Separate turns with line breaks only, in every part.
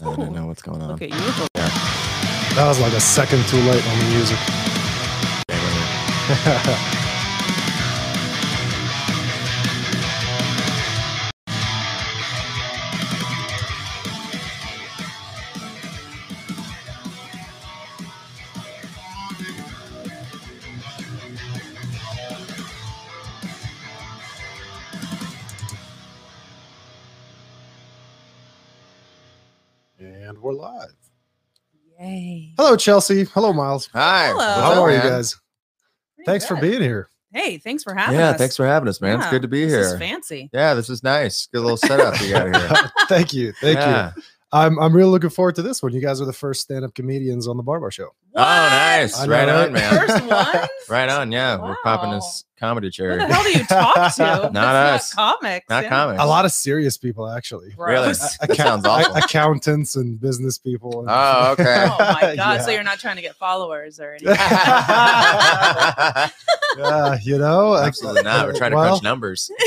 I
Oh,
don't know what's going on.
Look at you.
That was like a second too late on the music.
Yeah, wait a minute.
and we're live.
Yay.
Hello, Chelsea. Hello, Miles.
Hi.
Hello.
what's
How
up,
are you
man?
guys? Thanks for being here.
Hey, thanks for having
yeah,
us.
thanks for having us, man. It's
Yeah,
good to be
this
here.
Is fancy.
yeah, this is nice. Good little setup you got here.
Thank you. Thank you.
yeah. Oh,
I'm I'm really looking forward to this one. You guys are the first stand-up comedians on the Barbar Show.
Oh, nice.
I know,
Right on,
right?
man.
First ones?
Right on. Yeah, we're popping
Wow.
this comedy
Who
chair.
the hell do you talk to? That's
us.
Not comics.
Not
yeah.
comics.
A lot of serious people, actually.
Really?
Gross.
That sounds awful.
accountants and business people.
Oh, okay.
Oh my god! So
Yeah.
you're not trying to get followers or anything?
Absolutely
Yeah, you know, I-
not. We're trying to
well,
crunch numbers.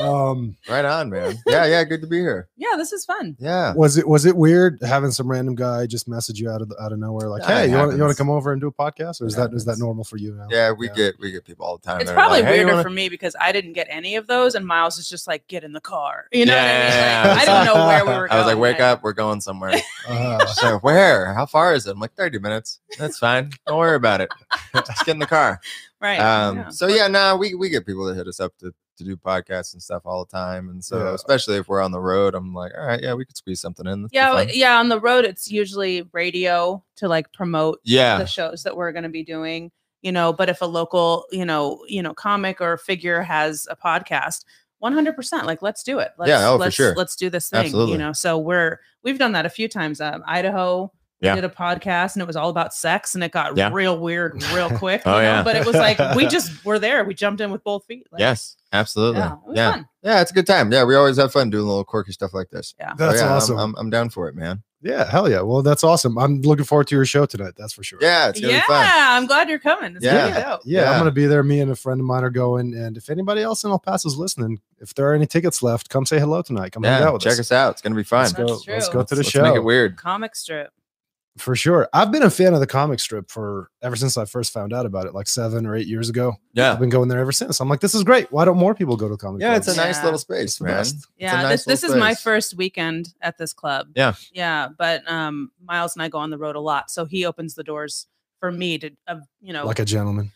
um,
Right on, man. Yeah, yeah. Good to be here.
yeah, this is fun.
Yeah.
was it was it weird having some random guy just message you out of out of nowhere like,
Nah, it
hey, you want you want
happens.
to come over and do a podcast, or is
It
that is that
happens.
normal for you now?
Yeah, we get we get people all the time.
It's
that are
probably
like, "Hey, you
weirder
wanna-"
for me because I didn't get any of those, and Miles is just like, "Get in the car." You know
Yeah,
what I mean?
yeah,
Like,
yeah.
I didn't know where we were.
I was like,
going.
wake up, we're going somewhere.
Uh,
She's like, where? How far is it? I'm like, 30 minutes. That's fine. Don't worry about it. Just get in the car.
Right.
Um,
yeah.
So, yeah, no, we, we get people that hit us up to, to do podcasts and stuff all the time. And so,
Yeah.
especially if we're on the road, I'm like, all right, yeah, we could squeeze something in. That'd be
Yeah,
fun."
w- yeah. On the road, it's usually radio to like promote the
Yeah.
shows that we're going to be doing you know but if a local you know you know comic or figure has a podcast 100% like let's do it let's,
Yeah, oh, for
let's
sure.
let's do this thing
Absolutely.
you know so we're we've done that a few times um idaho
Yeah.
did a podcast and it was all about sex and it got
Yeah.
real weird real quick
Oh,
you know?
yeah.
but it was like we just were there we jumped in with both feet like,
Yes. Absolutely.
yeah,
Yeah.
it was
Yeah.
fun.
It's a good time. Yeah. We always have fun doing little quirky stuff like this. So,
that's
yeah, I'm-
awesome.
I'm, I'm, down for it, man.
yeah, hell yeah. Well, that's awesome. I'm looking forward to your show tonight. That's for sure.
Yeah. It's going to
yeah
be fun.
i'm glad you're coming it's yeah.
Yeah.
dope.
Yeah,
Yeah.
I'm gonna be there. Me and a friend of mine are going. And if anybody else in El Paso is listening, if there are any tickets left, come say hello tonight. Come hang
Yeah.
out with
Check
us.
us out. It's going to be fun.
Let's go.
That's
Let's
true.
go to the
Let's
show.
Make it weird.
comic strip
for sure. I've been a fan of the comic strip for ever since I first found out about it, like seven or eight years ago.
Yeah.
I've been going there ever since. I'm like, this is great. Why don't more people go to comic?
Yeah, it's a
clubs?
nice
Yeah.
little space,
It's the
man.
best.
It's a
Yeah,
nice
this,
little
this is my
space.
first weekend at this club.
Yeah.
yeah, but um, Miles and I go on the road a lot, so he opens the doors for me to, uh, you know,
like a gentleman.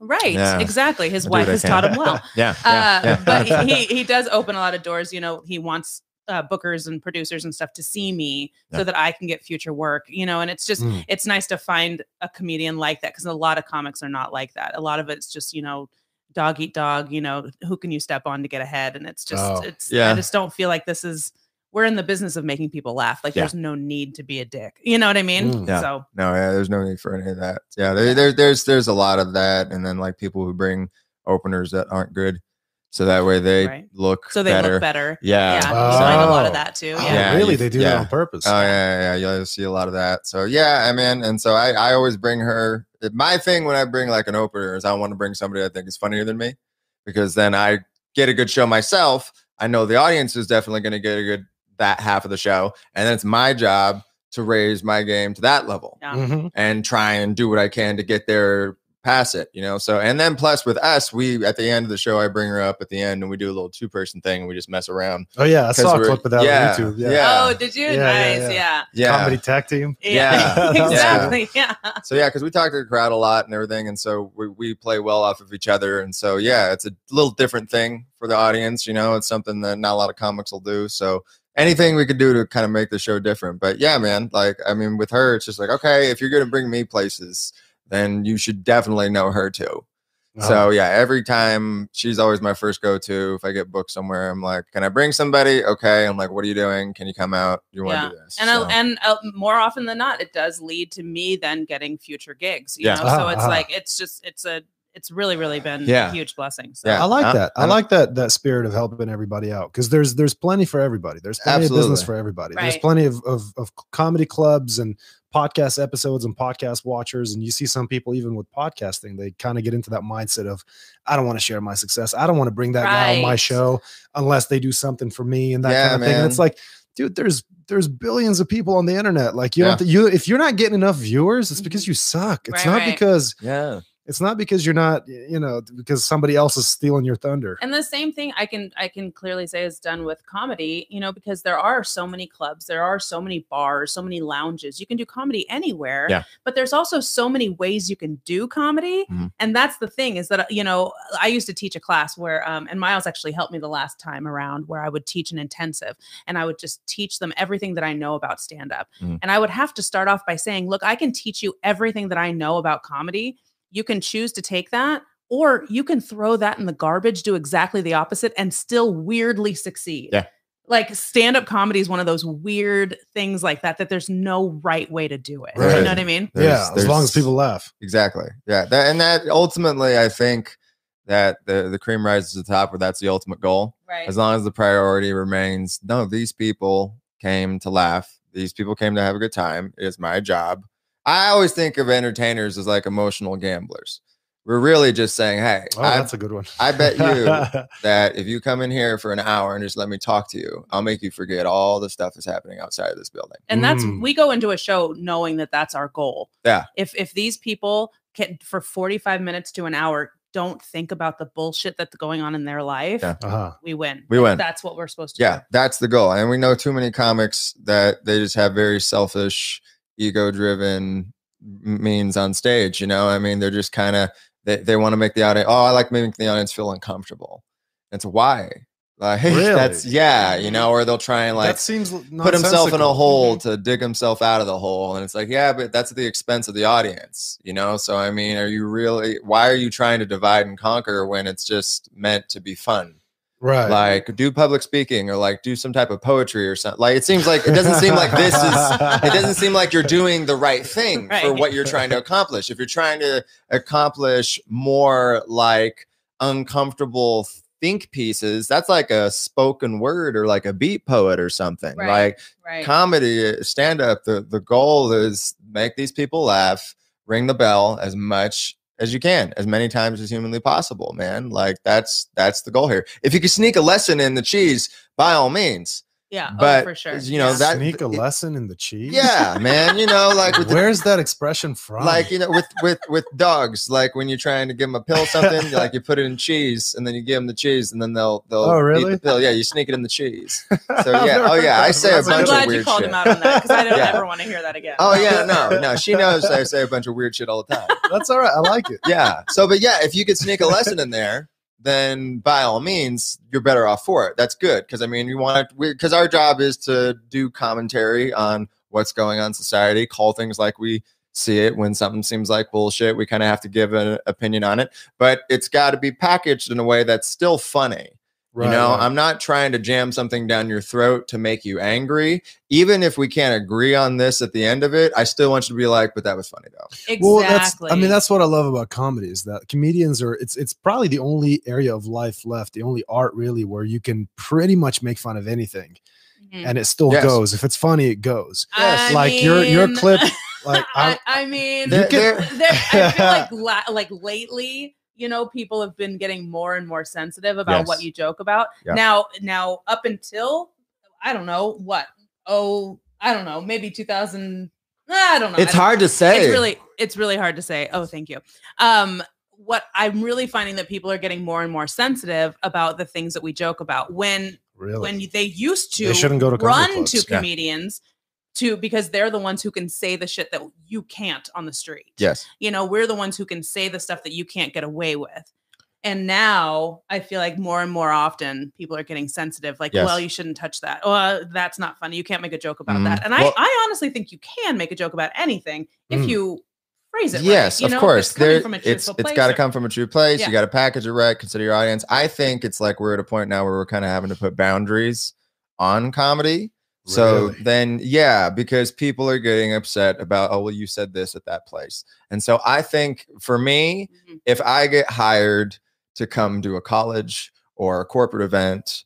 right?
Yeah.
Exactly.
I
His
do
wife
what I
has
can.
taught him well,
Yeah.
uh,
yeah, yeah.
but he- he he does open a lot of doors. You know, he wants uh, bookers and producers and stuff to see me
Yeah.
so that I can get future work. You know, and it's just
Mm.
it's nice to find a comedian like that because a lot of comics are not like that. A lot of it's just you know dog eat dog. You know who can you step on to get ahead? And it's just
Oh,
it's
yeah.
I just don't feel like this is we're in the business of making people laugh. Like
Yeah.
there's no need to be a dick. You know what I mean?
Mm.
Yeah.
So
No, yeah, there's no need for any of that. Yeah, there, there, there's there's a lot of that, and then like people who bring openers that aren't good, so that way they
Right.
look
so they
better.
look better.
Yeah,
Yeah. You find a lot of
Oh.
that too.
Oh,
Yeah.
Yeah,
really?
you-
They do
yeah.
that on purpose.
Oh yeah, yeah, yeah, you'll see a lot of that. So yeah, I mean, and so I, I always bring her. My thing when I bring like an opener is I want to bring somebody I think is funnier than me, because then I get a good show myself. I know the audience is definitely going to get a good that half of the show, and then it's my job to raise my game to that level.
Yeah.
Mhm.
and try and do what I can to get there past it, you know. So and then plus with us, we at the end of the show, I bring her up at the end and we do a little two person thing and we just mess around.
Oh yeah, I
'Cause
saw a
we're-
clip of that
yeah,
on YouTube. Yeah.
yeah.
Oh, did you?
Yeah, yeah,
nice. Yeah.
yeah.
Yeah.
Yeah.
Comedy tag team.
Yeah.
That was good.
exactly. Yeah.
So yeah, because we talk to the crowd a lot and everything, and so we, we play well off of each other. And so yeah, it's a little different thing for the audience, you know. It's something that not a lot of comics will do. So anything we could do to kind of make the show different. But yeah, man, like I mean, with her, it's just like, okay, if you're gonna bring me places, then you should definitely know her too.
Uh-huh.
So yeah, every time she's always my first go to. If I get booked somewhere, I'm like, "Can I bring somebody?" Okay, I'm like, "What are you doing? Can you come out? Do you want to
Yeah.
do this?"
And
So-
I and uh, more often than not, it does lead to me then getting future gigs. You
Yeah.
know,
Uh-huh,
so it's
uh-huh.
like it's just it's a it's really really been
Yeah.
a huge blessing. So.
Yeah. Uh, uh-huh.
I like
I-
that. I,
I don't-
like that that spirit of helping everybody out because there's there's plenty for everybody. There's plenty of business
Absolutely.
for everybody. There's
Right.
plenty of, of of comedy clubs and podcast episodes and podcast watchers. And you see some people even with podcasting, they kind of get into that mindset of I don't want to share my success. I don't want to bring that guy on my
Right.
show unless they do something for me and that
Yeah,
kind of thing. And it's
man.
like, dude, there's there's billions of people on the internet. Like you
Yeah.
don't th- you if you're not getting enough viewers, it's because
Mhm.
you suck.
Right,
It's not
right.
because
Yeah.
it's not because you're not, you know, because somebody else is stealing your thunder.
And the same thing I can I can clearly say is done with comedy, you know, because there are so many clubs, there are so many bars, so many lounges. You can do comedy anywhere.
Yeah.
But there's also so many ways you can do comedy.
Mhm.
And that's the thing is that uh, you know, I used to teach a class where um and Miles actually helped me the last time around where I would teach an intensive and I would just teach them everything that I know about stand up.
Mhm.
And I would have to start off by saying, "Look, I can teach you everything that I know about comedy. You can choose to take that or you can throw that in the garbage, do exactly the opposite, and still weirdly succeed.
Yeah.
Like stand up comedy is one of those weird things like that, that there's no right way to do it. You
Right.
know what I mean?
There's-
yeah, as long as
there's-
people laugh.
Exactly. Yeah. That, and that ultimately, I think that the, the cream rises to the top, where that's the ultimate goal.
Right.
As long as the priority remains, no, these people came to laugh. These people came to have a good time. It's my job. I always think of entertainers as like emotional gamblers. We're really just saying, hey,
Oh,
I,
that's a good one.
I bet you- that if you come in here for an hour and just let me talk to you, I'll make you forget all the stuff that's happening outside of this building.
and that's
Mm.
we go into a show knowing that that's our goal
Yeah.
if if these people can for 45 minutes to an hour don't think about the bullshit that's going on in their life
Yeah.
uh-huh.
we win
We win.
that's what we're supposed to
yeah that's the goal and we know too many comics that they just have very selfish ego driven means on stage you know i mean they're just kind of they, they want to make the audience oh i like making the audience feel uncomfortable it's why like that's
Really?
yeah you know or they'll try and like
that seems l-
put himself in a
nonsensical. Mm-hmm.
hole to dig himself out of the hole and it's like yeah but that's at the expense of the audience you know so i mean are you really why are you trying to divide and conquer when it's just meant to be fun
Right.
like do public speaking or like do some type of poetry or something like it seems like it doesn't seem like this is it doesn't seem like you're doing the right thing for
Right.
what you're trying to accomplish if you're trying to accomplish more like uncomfortable think pieces that's like a spoken word or like a beat poet or something
Right.
like
right
comedy stand up the, the goal is make these people laugh ring the bell as much as you can as many times as humanly possible man like that's that's the goal here if you can sneak a lesson in the cheese by all means
yeah oh,
but
for sure
you know
Yeah.
that
Sneak a
it-
lesson in the cheese.
yeah man you know like with the,
Where's that expression from?
like you know with with with dogs like when you're trying to give them a pill or something you- like you put it in cheese and then you give them the cheese and then they'll they'll
Oh,
eat
really?
the pill yeah you sneak it in the cheese
I've
yeah.
never
Oh, yeah,
heard
I
that.
say a
That's
bunch
I'm
of
good
glad
weird
you called
shit.
him out on that because I don't
Yeah.
ever want to hear that again.
oh yeah no no she knows i say a bunch of weird shit all the time
one. That's all right. I like it.
yeah. So, but yeah, if you could sneak a lesson in there, then by all means, you're better off for it. That's good because I mean, you want to because our job is to do commentary on what's going on in society, call things like we see it when something seems like bullshit. We kind of have to give an opinion on it, but it's got to be packaged in a way that's still funny
Right,
you know,
right.
I'm not trying to jam something down your throat to make you angry. Even if we can't agree on this at the end of it, I still want you to be like, but that was funny though.
exactly.
Well, that's I mean that's what I love about comedy is that comedians are it's it's probably the only area of life left, the only art really where you can pretty much make fun of anything
Mhm.
and it still
Yes.
goes. If it's funny, it goes.
Yes.
I
like your your
mean-
clip like I,
I, I mean,
You
There-
there,
can-
there-
I feel like la- like lately, you know, people have been getting more and more sensitive about what
Yes.
you joke about.
Yeah.
Now, now up until I don't know what oh I don't know maybe 2000 I don't know.
it's
I don't-
hard to say.
It's really it's really hard to say. Oh, thank you. Um, what I'm really finding that people are getting more and more sensitive about the things that we joke about when
really
when they used to
they shouldn't go to comedy
run
clubs.
to
Yeah.
comedians to because they're the ones who can say the shit that you can't on the street.
yes.
You know, we're the ones who can say the stuff that you can't get away with. And now I feel like more and more often people are getting sensitive. Like,
Yes.
well, you shouldn't touch that. Oh, uh, that's not funny. You can't make a joke about
Mhm.
that. And I,
Well-
I honestly think you can make a joke about anything if
Mm.
you phrase it. right,
yes,
you
of
know, if
course.
it's coming
There,
from a
it's
truthful
it's
place
got to
or-
come from a true place.
Yeah.
You got to package it right. Consider your audience. I think it's like we're at a point now where we're kind of having to put boundaries on comedy So
Really?
then, yeah, because people are getting upset about, oh, well, you said this at that place. And so I think for me,
Mhm.
if I get hired to come do a college or a corporate event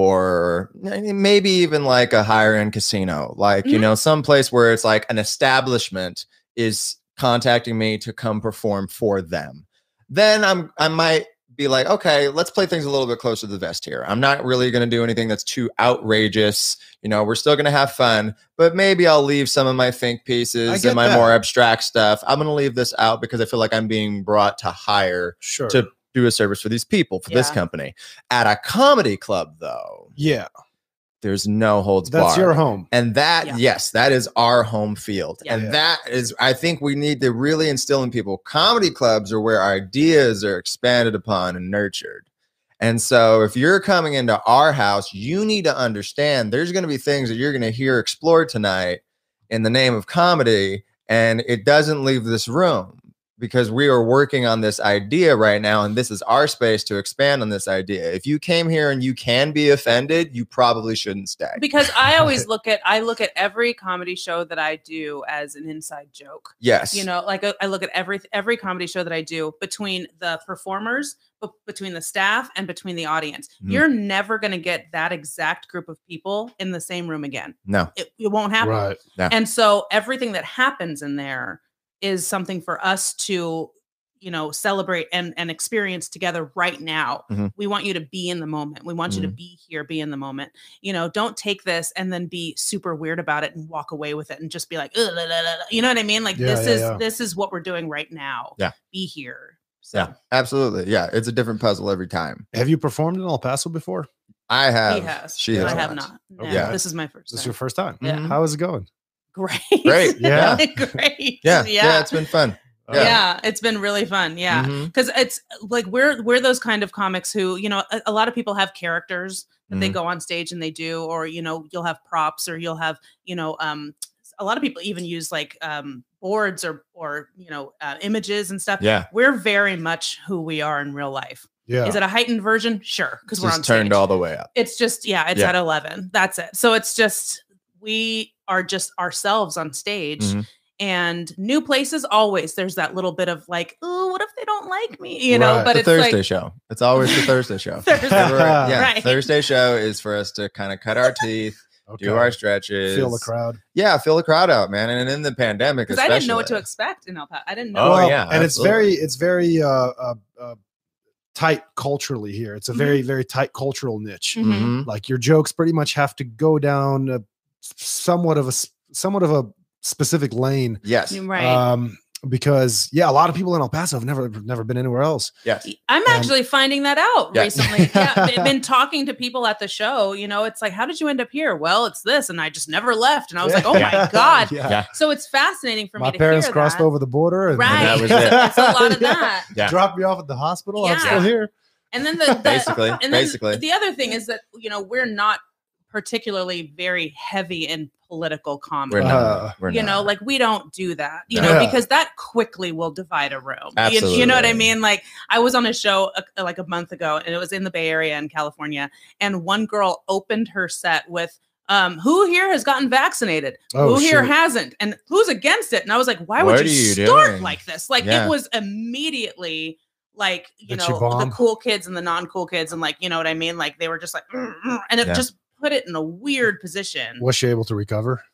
or n- maybe even like a higher end casino, like, you
Mm-hmm.
Mhm.
know, some place where it's like an establishment is contacting me to come perform for them, then I'm, I might be like, okay, let's play things a little bit closer to the vest here. I'm not really going to do anything that's too outrageous. You know, we're still going to have fun, but maybe I'll leave some of my think pieces
get
and my
that.
more abstract stuff. I'm going to leave this out because I feel like I'm being brought to hire
Sure.
to do a service for these people, for this
Yeah.
company. At a comedy club, though,
yeah,
there's no holds
that's
barred.
your home.
And that,
Yeah.
yes, that is our home field.
Yeah.
And
Yeah.
that is, I think we need to really instill in people comedy clubs are where ideas are expanded upon and nurtured. And so if you're coming into our house, you need to understand there's going to be things that you're going to hear explored tonight in the name of comedy. And it doesn't leave this room because we are working on this idea right now. And this is our space to expand on this idea. If you came here and you can be offended, you probably shouldn't stay.
because I always look at I look at every comedy show that I do as an inside joke.
Yes.
You know, like uh, I look at every every comedy show that I do between the performers, but between the staff and between the audience.
Mhm.
You're never going to get that exact group of people in the same room again.
no.
It, it won't happen.
Right.
And so everything that happens in there is something for us to, you know, celebrate and and experience together right now.
Mhm.
We want you to be in the moment. We want you
Mm-hmm.
to be here, be in the moment. You know, don't take this and then be super weird about it and walk away with it and just be like, "Ugh, la, la, la, la," you know what I mean? Like
Yeah,
this
yeah,
is
yeah.
this is what we're doing right now.
Yeah.
Be here. So
Yeah, absolutely. Yeah, it's a different puzzle every time.
Have you performed in El Paso before?
I have.
he has.
She
Yeah.
has.
I have not. No,
Okay.
This is my
Is
first.
this
Time.
your first time?
Yeah.
Mhm.
How is it going?
Great.
Great.
Yeah.
Great.
Yeah. yeah.
Oh, Yeah.
It's been fun.
Yeah.
Yeah.
Uh,
It's been really fun. Yeah.
Mm-hmm.
Mhm.
because it's like we're we're those kind of comics who you know a, a lot of people have characters that they
Mhm.
go on stage and they do or you know you'll have props or you'll have you know um a lot of people even use like um boards or or you know uh, images and stuff
Yeah.
we're very much who we are in real life
Yeah.
is it a heightened version sure because
It's
we're on
just turned
stage.
all the way up.
it's just yeah it's
Yeah.
at 11 that's it so it's just we are just ourselves on stage
Mhm.
and new places always there's that little bit of like oh what if they don't like me you know
Right.
but
the
it's
Thursday
like
show. It's always the Thursday show.
Thursday.
Everywhere- yeah,
Right.
Thursday show is for us to kind of cut our teeth,
okay.
do our stretches,
Feel the crowd.
Yeah, feel the crowd out, man. And in the pandemic,
because i didn't know what to
especially.
expect in el paso i didn't know
Oh,
Well,
yeah,
and it's very
absolutely.
it's very uh, uh, uh, tight culturally here.
Mm-hmm.
It's a very very tight cultural niche.
Mhm.
Mhm.
Like your jokes pretty much have to go down a, somewhat of a s- somewhat of a specific lane.
Yes.
right
Um, because yeah, a lot of people in El Paso have never have never been anywhere else.
Yes.
i'm
um,
actually finding that out
Yeah.
recently yeah i've been talking to people at the show you know it's like how did you end up here well it's this and i just never left and i was like oh my god
Yeah.
Yeah.
so it's fascinating for
My
me to
parents
hear
crossed
that.
over the border, and,
right
that was it.
it's a lot of
Yeah.
that
Yeah.
Dropped me off at the hospital. I'm
Yeah.
still here.
and then the, the
Basically.
and then
basically.
the other thing is that you know we're not particularly very heavy in political comedy
we're not.
Uh,
we're
you
not.
know like we don't do that you
No.
know
Yeah.
because that quickly will divide a room You- You, know what i
Absolutely.
mean like i was on a show uh, like a month ago and it was in the bay area in california and one girl opened her set with um, who here has gotten vaccinated?
Oh,
who here
shoot.
hasn't? And who's against it? And I was like, why would
What
you,
are you
start
doing?
like this? Like
Yeah.
it was immediately like you
That you
know the
bomb?
cool kids and the non-cool kids and like you know what I mean? Like they were just like, "Mm, mm," and it
Yeah.
just put it in a weird position.
Was she able to recover?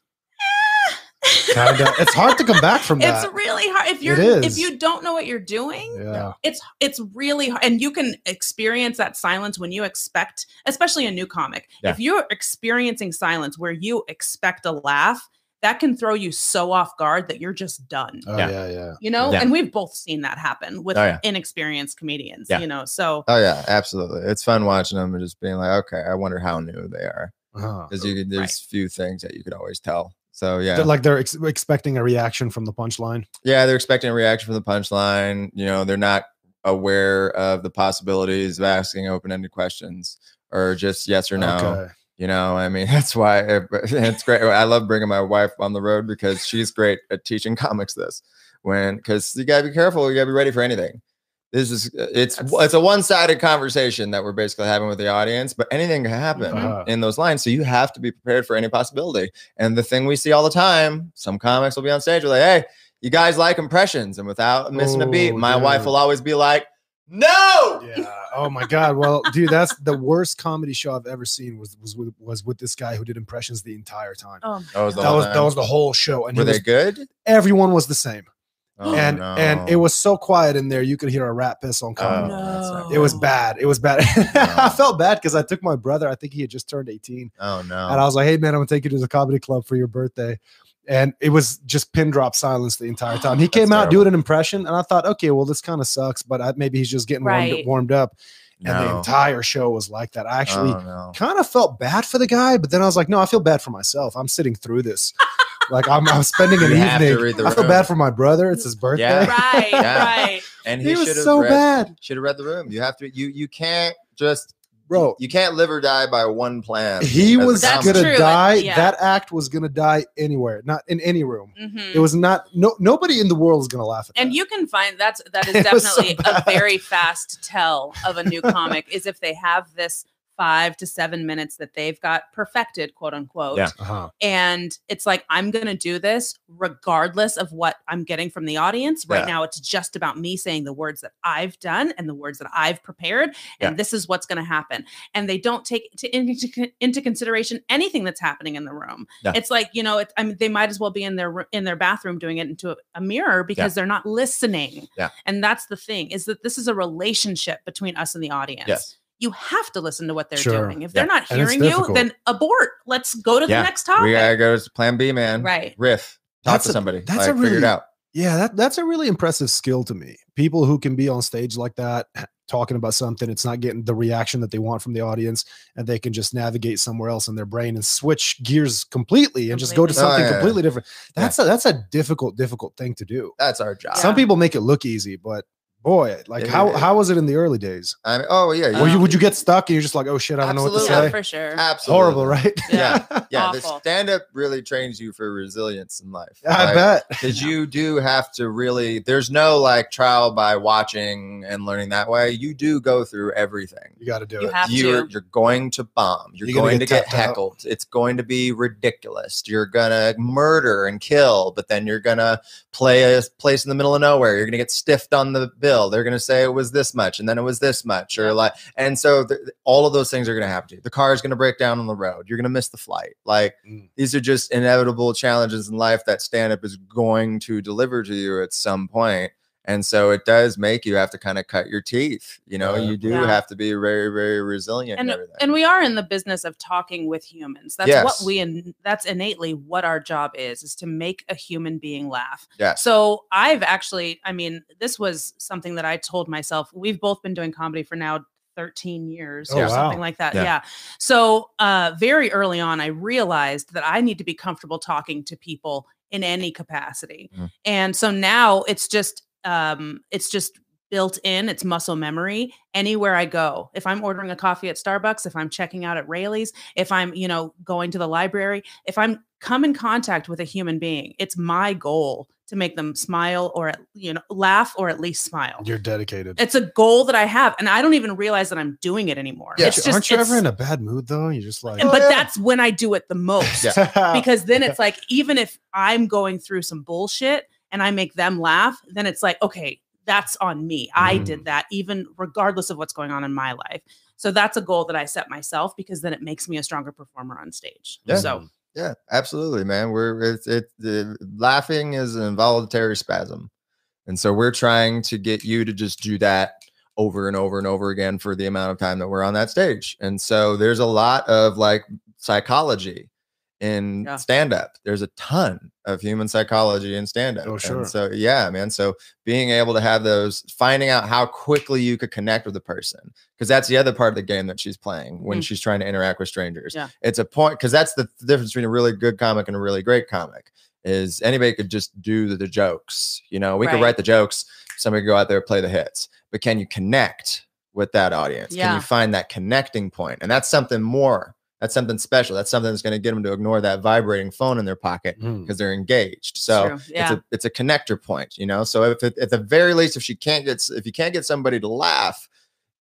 Kinda. it's hard to come back from that.
It's really hard if you're if
is.
you don't know what you're doing.
yeah.
It's it's really hard, and you can experience that silence when you expect, especially a new comic.
Yeah.
If you're experiencing silence where you expect a laugh, that can throw you so off guard that you're just done.
Oh,
Yeah.
yeah. Yeah.
You know,
Yeah.
and we've both seen that happen with
Oh, yeah.
inexperienced comedians.
Yeah.
You know, so
Oh yeah, absolutely. It's fun watching them and just being like, okay, I wonder how new they are.
Uh-huh.
because you could, there's
Right.
few things that you could always tell. So yeah,
They're Like they're ex- expecting a reaction from the punchline.
yeah, they're expecting a reaction from the punchline. You know, they're not aware of the possibilities of asking open-ended questions or just yes or no.
Oh, Okay.
You know, I mean, that's why it- it's great. I love bringing my wife on the road because she's great at teaching comics this. When because you gotta be careful, you gotta be ready for anything. this is uh, it's it's a one-sided conversation that we're basically having with the audience but anything can happen
Uh-huh.
in those lines so you have to be prepared for any possibility and the thing we see all the time some comics will be on stage we're like hey you guys like impressions and without missing a beat
Oh,
my
dude.
wife will always be like no
Yeah. Oh my God. Well, dude, that's the worst comedy show I've ever seen. Was was with, was with this guy who did impressions the entire time.
Oh,
that was, the
that
whole
was that
time.
was the whole show, and he
were they
was,
good
everyone was the same.
Oh,
and and it
no.
was so quiet in there, you could hear a rat piss on comedy.
Oh, that's not
No.
It was bad. It was bad. I
No.
felt bad because I took my brother. I think he had just turned eighteen,
oh no
and I was like, "Hey man, I'm gonna take you to the comedy club for your birthday." And it was just pin drop silence the entire time. He
That's
came out
terrible.
doing an impression, and I thought, okay, well, this kind of sucks, but I, maybe he's just getting warmed,
Right.
warmed up.
no.
and the entire show was like that. I actually
Oh, no.
kind of felt bad for the guy, but then I was like, no, I feel bad for myself. I'm sitting through this. like I'm, I'm spending an
You have to
evening.
read the
I feel
room.
bad for my brother. It's his birthday.
Yeah.
right,
Yeah.
right.
and
He,
he, should
was
have
so
read,
bad,
should have read the room you have to you you can't just
bro.
you can't live or die by one plan
He
as a
was
That's
comic.
gonna
true,
die.
yeah.
That act was gonna die anywhere, not in any room.
Mhm.
It was not. No, nobody in the world is gonna laugh at
And
that.
you can find that's that is
It was so
definitely
bad.
a very fast tell of a new comic is if they have this five to seven minutes that they've got perfected, quote unquote.
Yeah.
Uh-huh.
And it's like, I'm gonna do this regardless of what I'm getting from the audience. Right
Yeah.
now it's just about me saying the words that I've done and the words that I've prepared.
Yeah.
And this is what's gonna happen. And they don't take to, into, into consideration anything that's happening in the room it's like you know it, i mean they might as well be in their ro- in their bathroom doing it into a, a mirror because they're not listening
Yeah.
and that's the thing is that this is a relationship between us and the audience
Yes.
you have to listen to what they're
Sure.
doing if
Yeah.
they're not
And it's
hearing you
difficult.
then abort let's go to
Yeah.
the next topic
we gotta go to plan b man
right
riff talk
That's
to
a-
somebody
that's
like,
a
figure it
really-
out
Yeah, that, that's a really impressive skill to me. People who can be on stage like that, talking about something, it's not getting the reaction that they want from the audience, and they can just navigate somewhere else in their brain and switch gears completely and just go to
Completely.
Oh,
something
yeah.
completely different.
Yeah.
That's a that's a difficult, difficult thing to do.
that's our job
Some people make it look easy, but boy, like
It
how
is.
how was it in the early days?
I mean, oh yeah
Were you
Um,
would you get stuck and you're just like, oh shit, I don't know
yeah
what to
Absolutely.
say.
for sure
It's
absolutely
horrible, right?
Yeah. yeah the
Awful.
stand-up really trains you for resilience in life
I
Like,
bet.
because you do have to really there's no like trial by watching and learning that way you do go through everything
You got to do
You
it.
have
you're
to
you're going to bomb you're,
You're gonna
going
get
to get
tapped out.
heckled it's going to be ridiculous you're gonna murder and kill but then you're gonna play a place in the middle of nowhere you're gonna get stiffed on the bill they're gonna say it was this much and then it was this much or like and so th- all of those things are gonna happen to you the car is gonna break down on the road you're gonna miss the flight like
Mm.
these are just inevitable challenges in life that stand up is going to deliver to you at some point and so it does make you have to kind of cut your teeth you know
Yeah.
you do
Yeah.
have to be very very resilient and,
and,
everything
and we are in the business of talking with humans that's
Yes.
what we and that's innately what our job is is to make a human being laugh
yes
So I've actually, I mean, this was something that I told myself. We've both been doing comedy for now 13 years
Oh,
or something
wow.
like that.
Yeah.
Yeah. So uh, very early on, I realized that I need to be comfortable talking to people in any capacity.
Mm.
And so now it's just, um, it's just built in it's muscle memory anywhere i go if i'm ordering a coffee at starbucks if i'm checking out at rayleigh's if i'm you know going to the library if i'm come in contact with a human being it's my goal to make them smile or at- you know laugh or at least smile
You're dedicated.
it's a goal that i have and i don't even realize that i'm doing it anymore
Yeah,
it's just
aren't you
it's-
ever in a bad mood though? You're just like,
and- but
Oh, yeah.
that's when i do it the most
Oh.
because then it's like even if i'm going through some bullshit and i make them laugh then it's like okay that's on me i
Mm.
did that even regardless of what's going on in my life so that's a goal that i set myself because then it makes me a stronger performer on stage
Yeah.
so
yeah absolutely man we're it's it the laughing is an involuntary spasm and so we're trying to get you to just do that over and over and over again for the amount of time that we're on that stage and so there's a lot of like psychology in
Yeah.
stand up there's a ton of human psychology in stand up
Oh, sure.
so yeah man so being able to have those finding out how quickly you could connect with a person because that's the other part of the game that she's playing when
Mhm.
she's trying to interact with strangers
Yeah.
it's a point because that's the difference between a really good comic and a really great comic is anybody could just do the, the jokes you know we could
Right.
write the jokes somebody could go out there play the hits but can you connect with that audience can
Yeah.
you find that connecting point and that's something more That's something special. That's something that's going to get them to ignore that vibrating phone in their pocket
Mm.
because they're engaged. So
True. yeah.
it's a it's a connector point, you know. So if it, at the very least, if she can't get s- if you can't get somebody to laugh,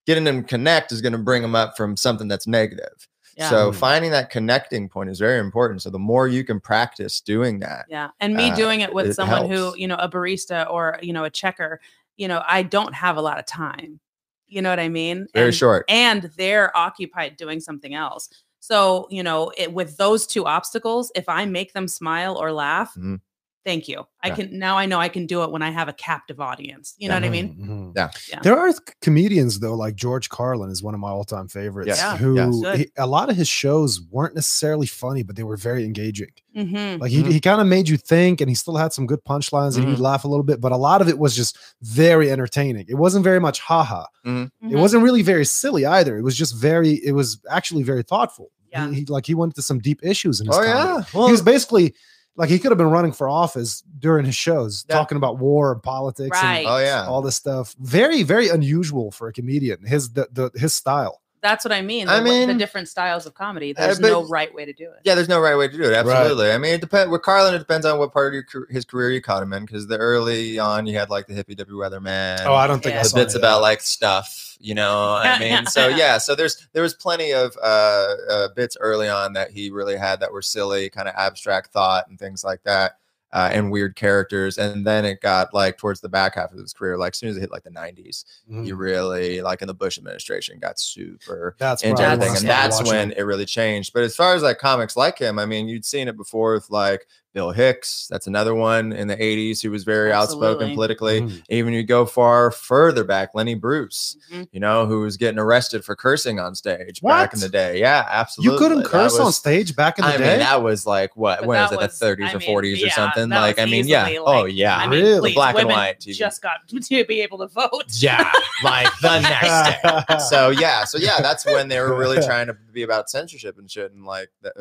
getting them to connect is going to bring them up from something that's negative.
yeah.
So
Mm.
finding that connecting point is very important. So the more you can practice doing that,
Yeah. And me
Uh,
doing it with
it
someone who,
helps.
you know, a barista or, you know, a checker, you know, I don't have a lot of time. You know what I mean?
very
and,
short.
And they're occupied doing something else. So, you know, it, with those two obstacles, if I make them smile or laugh,
Mhm.
thank you. I
Yeah.
can now I know I can do it when I have a captive audience. You know
Yeah.
what I mean?
Mhm.
Yeah.
Yeah.
There are th- comedians though, like George Carlin is one of my all-time favorites.
Yes.
Yeah.
Who
Yes.
Good.
he- a lot of his shows weren't necessarily funny, but they were very engaging.
Mm-hmm. Mm-hmm.
Like he,
Mhm.
he kind of made you think, and he still had some good punchlines, and you'd laugh a little bit. But a lot of it was just very entertaining. It wasn't very much haha.
mm-hmm.
It wasn't really very silly either. It was just very. It was actually very thoughtful.
Yeah.
He, he- like he went to some deep issues in his.
Oh
comedy.
yeah. Well,
he was basically like he could have been running for office during his shows,
Yeah.
talking about war and politics
Right.
and
oh yeah.
all this stuff. Very, very unusual for a comedian. His the, the his style.
That's what I mean.
I
the w- the
mean-
different styles of comedy.
Uh,
There's
but-
no right way to do it.
Yeah, there's no right way to do it. Absolutely. I mean, it depends. With Carlin, it depends on what part of your, car- his career you caught him in. Because the early on, you had like the hippie dippy weatherman.
oh, I don't think
Yeah.
I
the
saw
bits
any of
about
that.
like stuff. You know, I mean, so yeah. So there's there was plenty of uh, uh, bits early on that he really had that were silly, kind of abstract thought and things like that. Uh, and weird characters, and then it got like towards the back half of his career. Like as soon as it hit like the '90s,
Mhm.
you really like in the Bush administration got super
that's
into
probably when I
everything. And
started
that's
watching it.
when it really changed. But as far as like comics like him, I mean, you'd seen it before with like Bill Hicks. That's another one in the 80s who was very
Absolutely.
outspoken politically.
Mhm.
Even you go far further back, Lenny Bruce,
Mhm.
you know, who was getting arrested for cursing on stage back in
What?
the day. Yeah,
you
absolutely.
couldn't
That
curse on
was-
stage back in the
I
day.
mean, that was like what?
But
when
that
was it?
was-
the 30s
I
or
mean,
40s or
yeah,
something?
that
Like,
was
I mean, yeah.
easily,
oh,
like,
yeah.
I mean,
Really?
please,
Black and
women
white TV.
just got to be able to vote.
yeah, like the next day so yeah, so yeah, that's when they were really trying to be about censorship and shit, and like the,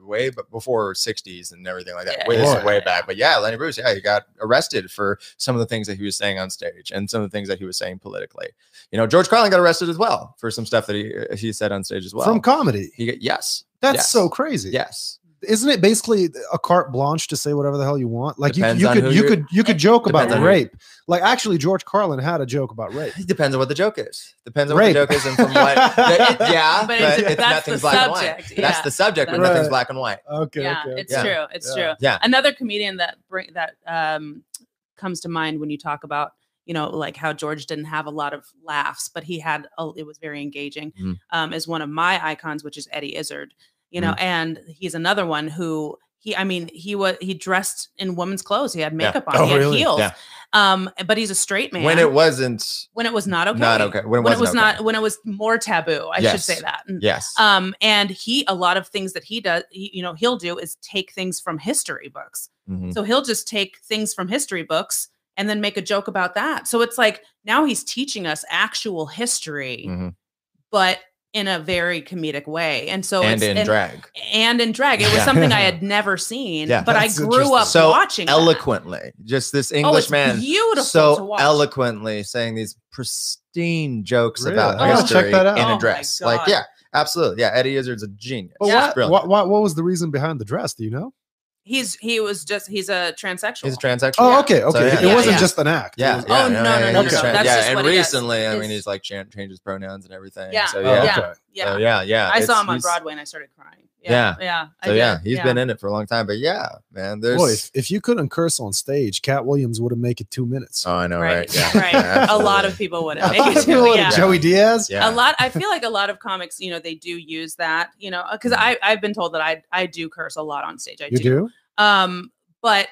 uh, way but before '60s and everything like that. Way, this is
Yeah.
way back, but yeah, Lenny Bruce, yeah, he got arrested for some of the things that he was saying on stage and some of the things that he was saying politically. You know, George Carlin got arrested as well for some stuff that he uh, he said on stage as well.
from comedy.
he got- yes,
That's
yes,
so crazy.
yes.
Isn't it basically a carte blanche to say whatever the hell you want? Like you,
Depends
you
on who
could you
you're-
could you could joke about
Depends on who-
rape. Like actually, George Carlin had a joke about rape.
It depends on what the joke is. Depends on
Rape.
what the joke is and from what. it- yeah,
But it's- that's
nothing's
the
black and
subject,
white. That's
yeah.
the subject, but
Right.
nothing's black and white.
Okay,
yeah,
okay.
it's
Yeah.
true. It's
Yeah.
true.
Yeah.
Another comedian that bring that um comes to mind when you talk about you know like how George didn't have a lot of laughs, but he had a, it was very engaging.
Mhm.
Um, is one of my icons, which is Eddie Izzard. You
Mm.
know, and he's another one who he. I mean, he was he dressed in woman's clothes. He had makeup on.
Oh,
he had
really?
heels.
Yeah.
Um, but he's a straight man.
When it wasn't
when it was not okay.
not okay, when it,
When
wasn't
it was
okay.
not when it was more taboo. I should say
Yes.
that. And-
Yes.
um, and he, a lot of things that he does, he, you know, he'll do is take things from history books.
Mhm.
So he'll just take things from history books and then make a joke about that. So it's like now he's teaching us actual history,
Mhm.
but in a very comedic way. And so
and
it's,
in drag.
and in drag, it was
Yeah.
something I had never seen,
Yeah.
but I
That's
grew up
So
watching that.
Eloquently, just this
Oh,
English
it's
man
beautiful to
so
watch.
eloquently saying these pristine jokes
Really?
about
I gotta
history
check that out.
in
Oh my
a dress.
God.
Like, yeah, absolutely. Yeah, Eddie Izzard's a genius.
But
Yeah.
He's
what,
brilliant.
what what what was the reason behind the dress? Do you know?
He's, he was just, he's a transsexual.
He's a transsexual.
Oh,
Yeah.
okay, okay.
yeah,
it
yeah,
wasn't
yeah.
just an act. It
Yeah.
was-
yeah,
Oh, no, no,
yeah,
no,
he's
no,
trans-
that's
yeah,
just
and
what he does.
recently, I mean,
It's-
he's like chan- changes pronouns and everything.
Yeah.
So
Oh,
yeah,
Yeah.
okay.
yeah.
So, yeah, yeah.
I saw
It's-
him on
he's-
Broadway and I started crying.
Yeah.
Yeah. Yeah. I
So
did.
yeah, he's
Yeah.
been in it for a long time. But yeah, man, there's.
Boy, if, if you couldn't curse on stage, Cat Williams would have make it two minutes.
oh, I know, right?
right.
Yeah,
right.
yeah,
a lot
absolutely.
of people would
A
have.
lot of
Maybe
people
too,
would've-
yeah.
yeah.
Joey Diaz.
Yeah.
A lot. I feel like a lot of comics, you know, they do use that, you know, because
Mhm.
I I've been told that I I do curse a lot on stage. I
You do?
Um, but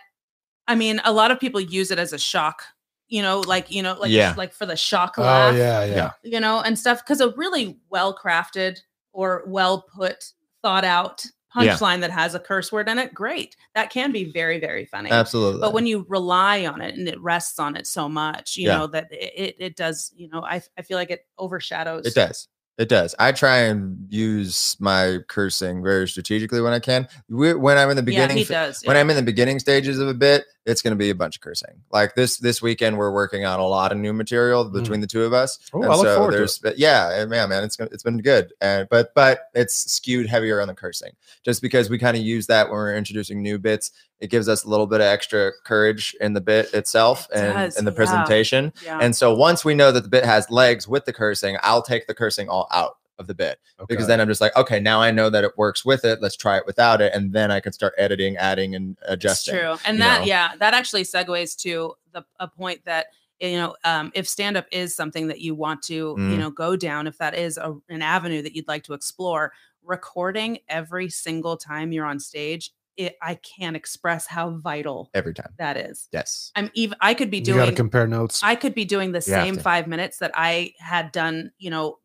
I mean, a lot of people use it as a shock, you know, like you know, like
Yeah.
like for the shock
Oh
laugh,
yeah, yeah.
Yeah.
you know, and stuff. Because a really well crafted or well put, thought out
Yeah.
punchline that has a curse word in it, great. That can be very very funny.
Absolutely.
but when you rely on it and it rests on it so much you
Yeah.
know that it, it, it does you know I, I feel like it overshadows
It does. It does. I try and use my cursing very strategically when I can. Whe- When I'm in the
yeah
beginning,
he
f-
does
when
yeah.
I'm in the beginning stages of a bit, it's going to be a bunch of cursing. Like this this weekend, we're working on a lot of new material
Mm.
between the two of us.
Oh,
And
I look
so
forward to it.
there's, but Yeah, and man, man, it's gonna- it's been good, and but but it's skewed heavier on the cursing, just because we kind of use that when we're introducing new bits. It gives us a little bit of extra courage in the bit itself
It
and
does,
in the
yeah.
presentation.
Yeah.
And so once we know that the bit has legs with the cursing, I'll take the cursing all out of the bit because then I'm just like, okay, now I know that it works with it. Let's try it without it, and then I can start editing, adding, and
That's
adjusting.
true. And
you
that,
know?
yeah, that actually segues to the a point that you know, um, if stand up is something that you want to, you
Mm.
know, go down, if that is a, an avenue that you'd like to explore, recording every single time you're on stage, it, I can't express how vital
Every time,
that is.
yes.
I'm even. I could be
you got to
doing.
compare notes.
I could be doing the
You have
same
to.
five minutes that I had done, you know,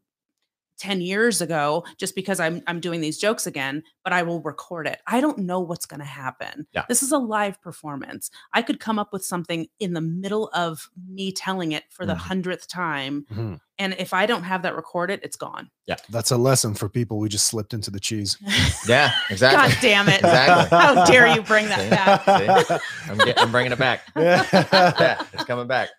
10 years ago, just because I'm I'm doing these jokes again, but I will record it. I don't know what's gonna happen.
Yeah.
This is a live performance. I could come up with something in the middle of me telling it for the
Mhm.
hundredth time.
Mhm.
And if I don't have that recorded, it's gone.
That's a lesson for people. We just slipped into the cheese.
Yeah, exactly.
God damn it.
Exactly.
How dare you bring that
See?
back?
I'm, get, I'm bringing it back.
yeah.
Yeah, it's coming back.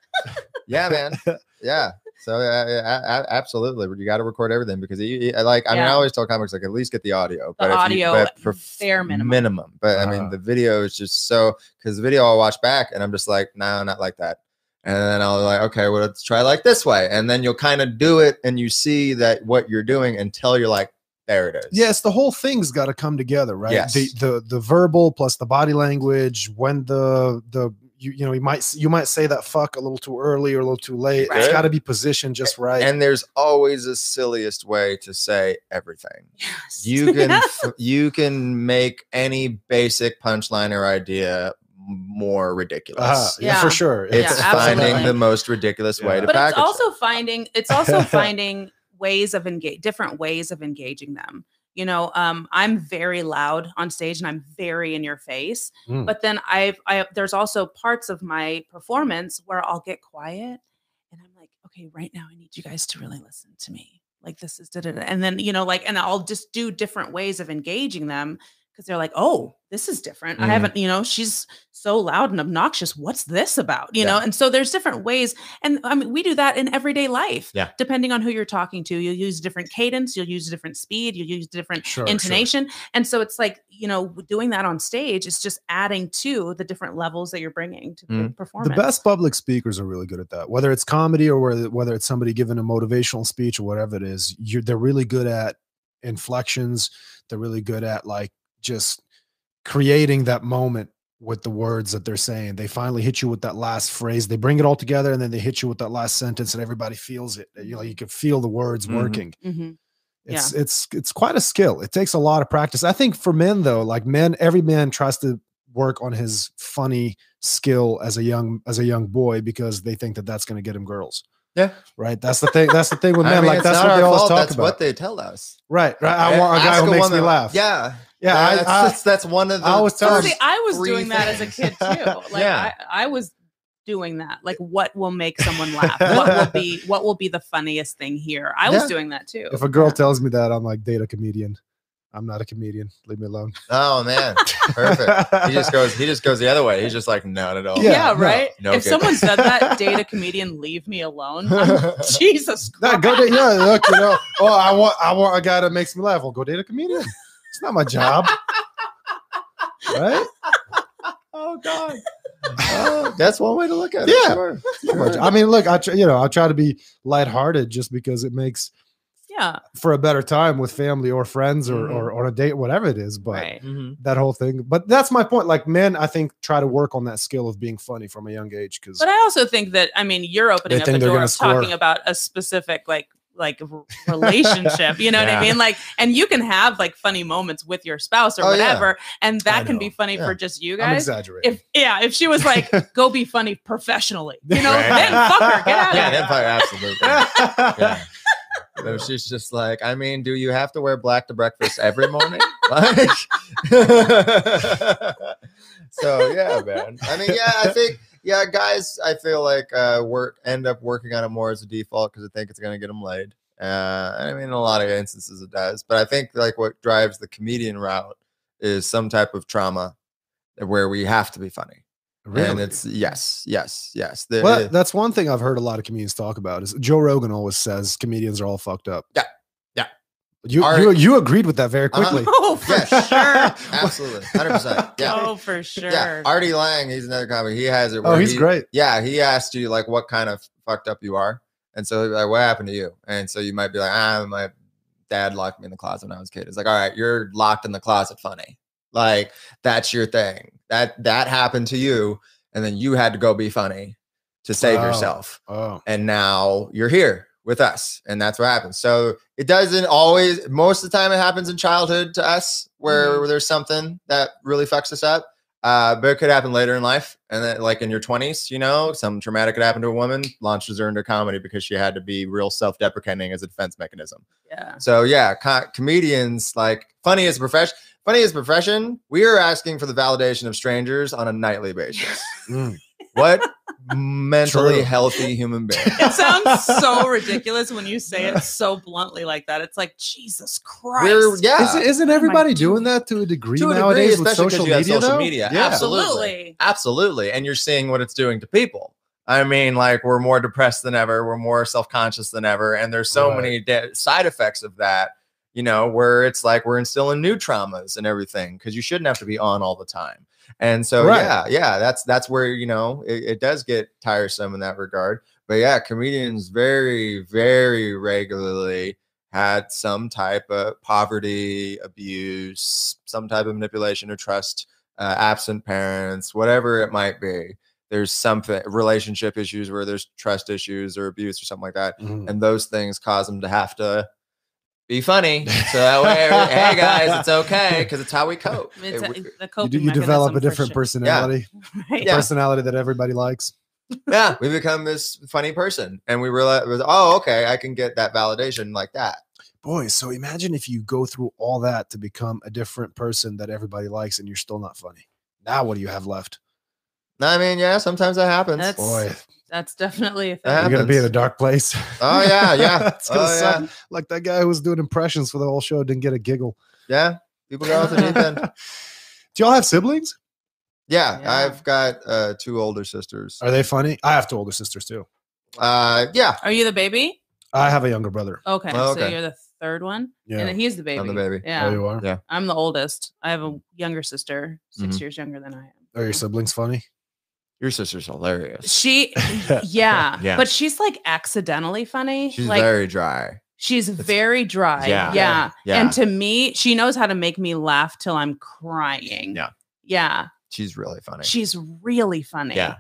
Yeah, man. Yeah. So uh, yeah, a- a- absolutely, you got to record everything because you, you- I like I mean I
Yeah.
always tell comics like at least get the audio, but if you-
audio,
but for
bare minimum.
But I
Ah.
mean the video is just so because the video I'll watch back and I'm just like no, not like that. And then I'll like, okay, well, let's try like this way. And then you'll kind of do it and you see that what you're doing until you're like, there it is.
Yes, the whole thing's got to come together, right?
Yes.
The the the verbal plus the body language. When the the you you know you might s- you might say that fuck a little too early or a little too late. It's
Right.
got to be positioned just right.
And there's always a silliest way to say everything.
Yes.
you can f- you can make any basic punchline or idea more ridiculous.
Uh-huh, yeah.
Yeah.
for sure.
It's
Yeah,
finding
absolutely.
the most ridiculous way
Yeah.
to
but
package
it's also
it.
finding it's also finding ways of engage different ways of engaging them you know um i'm very loud on stage and i'm very in your face
Mm.
but then i've i there's also parts of my performance where i'll get quiet and i'm like okay right now i need you guys to really listen to me like this is da da da and then you know like and i'll just do different ways of engaging them because they're like oh this is different i
Mhm.
haven't you know she's so loud and obnoxious what's this about you know and so there's different ways and I mean, we do that in everyday life.
Yeah.
Depending on who you're talking to, you'll use different cadence, you'll use different speed, you'll use different
sure,
intonation. And so it's like, you know, doing that on stage is just adding to the different levels that you're bringing to the
Mm.
performance.
The best public speakers are really good at that. Whether it's comedy or whether, whether it's somebody giving a motivational speech or whatever it is, you're, they're really good at inflections. They're really good at like just creating that moment with the words that they're saying. They finally hit you with that last phrase. They bring it all together and then they hit you with that last sentence, and everybody feels it. You know, you can feel the words
Mhm.
working.
Mhm. Yeah.
It's it's it's quite a skill. It takes a lot of practice. I think for men though, like men, every man tries to work on his funny skill as a young as a young boy because they think that that's going to get him girls.
Yeah.
Right. That's the thing. That's the thing with
I
men.
mean,
like
it's
that's
not
what they
our
always
fault,
talk
that's
about.
what they tell us.
right. Right. I
Eh,
want a guy
ask
who makes me
woman-
laugh.
Yeah,
Yeah.
that's,
I, I,
that's, that's one of the.
I always tell
Well,
First
see, I was
three
doing that as a kid
things.
too. Like
Yeah.
I, I was doing that. Like what will make someone laugh? what will be what will be the funniest thing here? I was
Yeah.
doing that too.
if a girl
Yeah.
tells me that, I'm like, date a comedian. I'm not a comedian. Leave me alone.
oh man, perfect. He just goes. He just goes the other way. He's just like, not at all.
Yeah,
yeah,
no,
right.
no
if
good.
someone said that, date a comedian, leave me alone. I'm- Jesus
No,
Christ.
go date. Yeah, look, you know. Oh, I want, I want a guy that makes me laugh. Well, go date a comedian. It's not my job, right?
Oh god. Oh, that's one way to look at
Yeah.
it. Sure.
It's not my job. I mean, look, I tr- you know, I try to be lighthearted just because it makes
Yeah.
for a better time with family or friends or
Mhm.
or on a date, whatever it is. But
right.
Mhm.
that whole thing. But that's my point. Like men, I think try to work on that skill of being funny from a young age because
But I also think that I mean you're opening
They
up
think
the
they're
door
gonna
of
score.
talking about a specific like like r- relationship. You know what
Yeah.
I mean? Like and you can have like funny moments with your spouse or
Oh, yeah.
whatever, and
I
that can be
know.
funny
Yeah.
for just you
I'm
guys.
exaggerating.
If yeah, if she was like, go be funny professionally, you know,
Right.
then fuck her, get out of
Yeah,
here.
that part, absolutely. yeah. So she's just like, I mean, do you have to wear black to breakfast every morning? like, so yeah, man. I mean, yeah, I think, yeah, guys, I feel like uh, work end up working on it more as a default because I think it's gonna get them laid. Uh, I mean, in a lot of instances it does, but I think like what drives the comedian route is some type of trauma where we have to be funny. And it's yes, yes, yes. The-
well, that's one thing I've heard a lot of comedians talk about is Joe Rogan always says comedians are all fucked up.
Yeah. Yeah.
You
Are-
you, you agreed with that very
Uh-huh.
quickly.
Oh, for
Yeah,
sure.
absolutely, hundred percent. Yeah,
Oh, for sure.
yeah. Artie Lang, he's another comic. He has it.
Oh,
where
he's
he-
great.
Yeah, he asked you like what kind of fucked up you are, and so he'd be like, what happened to you? And so you might be like, ah, my dad locked me in the closet when I was a kid. It's like, all right, you're locked in the closet, funny. Like that's your thing. That that happened to you, and then you had to go be funny to save
Wow.
yourself
Oh,
and now you're here with us and that's what happens so it doesn't always most of the time it happens in childhood to us where there's something that really fucks us up uh, but it could happen later in life and then like in your 20s you know something traumatic could happen to a woman launches her into comedy because she had to be real self-deprecating as a defense mechanism
Yeah.
so yeah co- comedians like funny as a profession funny as a profession we are asking for the validation of strangers on a nightly basis
mm.
what mentally
True.
healthy human being
It sounds so ridiculous when you say it so bluntly like that. It's like Jesus Christ.
We're, yeah, Oh
Isn't, isn't
I
everybody
doing?
doing that to a degree
To a degree,
nowadays with
especially 'cause
social
you have
media?
social
though?
media.
Yeah.
Absolutely.
Absolutely.
absolutely. And you're seeing what it's doing to people. I mean, like we're more depressed than ever. We're more self-conscious than ever, and there's so
Right.
many de- side effects of that. You know, where it's like we're instilling new traumas and everything because you shouldn't have to be on all the time. And so,
Right.
yeah, yeah, that's that's where you know it, it does get tiresome in that regard. But yeah, comedians very, very regularly had some type of poverty, abuse, some type of manipulation or trust, uh, absent parents, whatever it might be. There's something relationship issues where there's trust issues or abuse or something like that,
Mhm.
Mm-hmm.
and those things cause them to have to be funny. So that way, hey guys, it's okay because it's how we cope.
I mean, It's
It-
a, it's the
You,
coping
do- you develop
mechanism
a
for
different
sure.
personality,
Right?
Yeah.
personality that everybody likes.
yeah, we become this funny person, and we realize, oh, okay, I can get that validation like that.
Boy, so imagine if you go through all that to become a different person that everybody likes, and you're still not funny. Now, what do you have left?
I mean, yeah, sometimes that happens.
That's-
Boy,
That's definitely a thing.
Uh-huh.
you're gonna be in a
happens.
dark place.
Oh, yeah, yeah.
it's gonna
Oh, yeah.
suck. Like that guy who was doing impressions for the whole show didn't get a giggle.
yeah, people go off the deep end.
Do y'all have siblings?
Yeah,
Yeah.
I've got uh, two older
Uh,
sisters.
Are they funny? I have two older sisters too.
Uh, yeah,
Are you the baby?
I have a younger brother.
Okay,
Oh,
so
okay.
you're the third one,
Yeah.
and then he's the baby.
I'm the baby.
Yeah,
Oh, you are.
Yeah.
I'm the oldest. I have a younger sister, 6
Mm-hmm.
years younger than I am.
Are your siblings funny?
Your sister's hilarious.
She, yeah,
Yeah.
but she's like accidentally funny.
She's
like
very dry.
she's very dry.
Yeah.
Yeah.
Yeah.
and to me, she knows how to make me laugh till I'm crying.
Yeah.
yeah,
She's really funny.
she's really funny.
Yeah.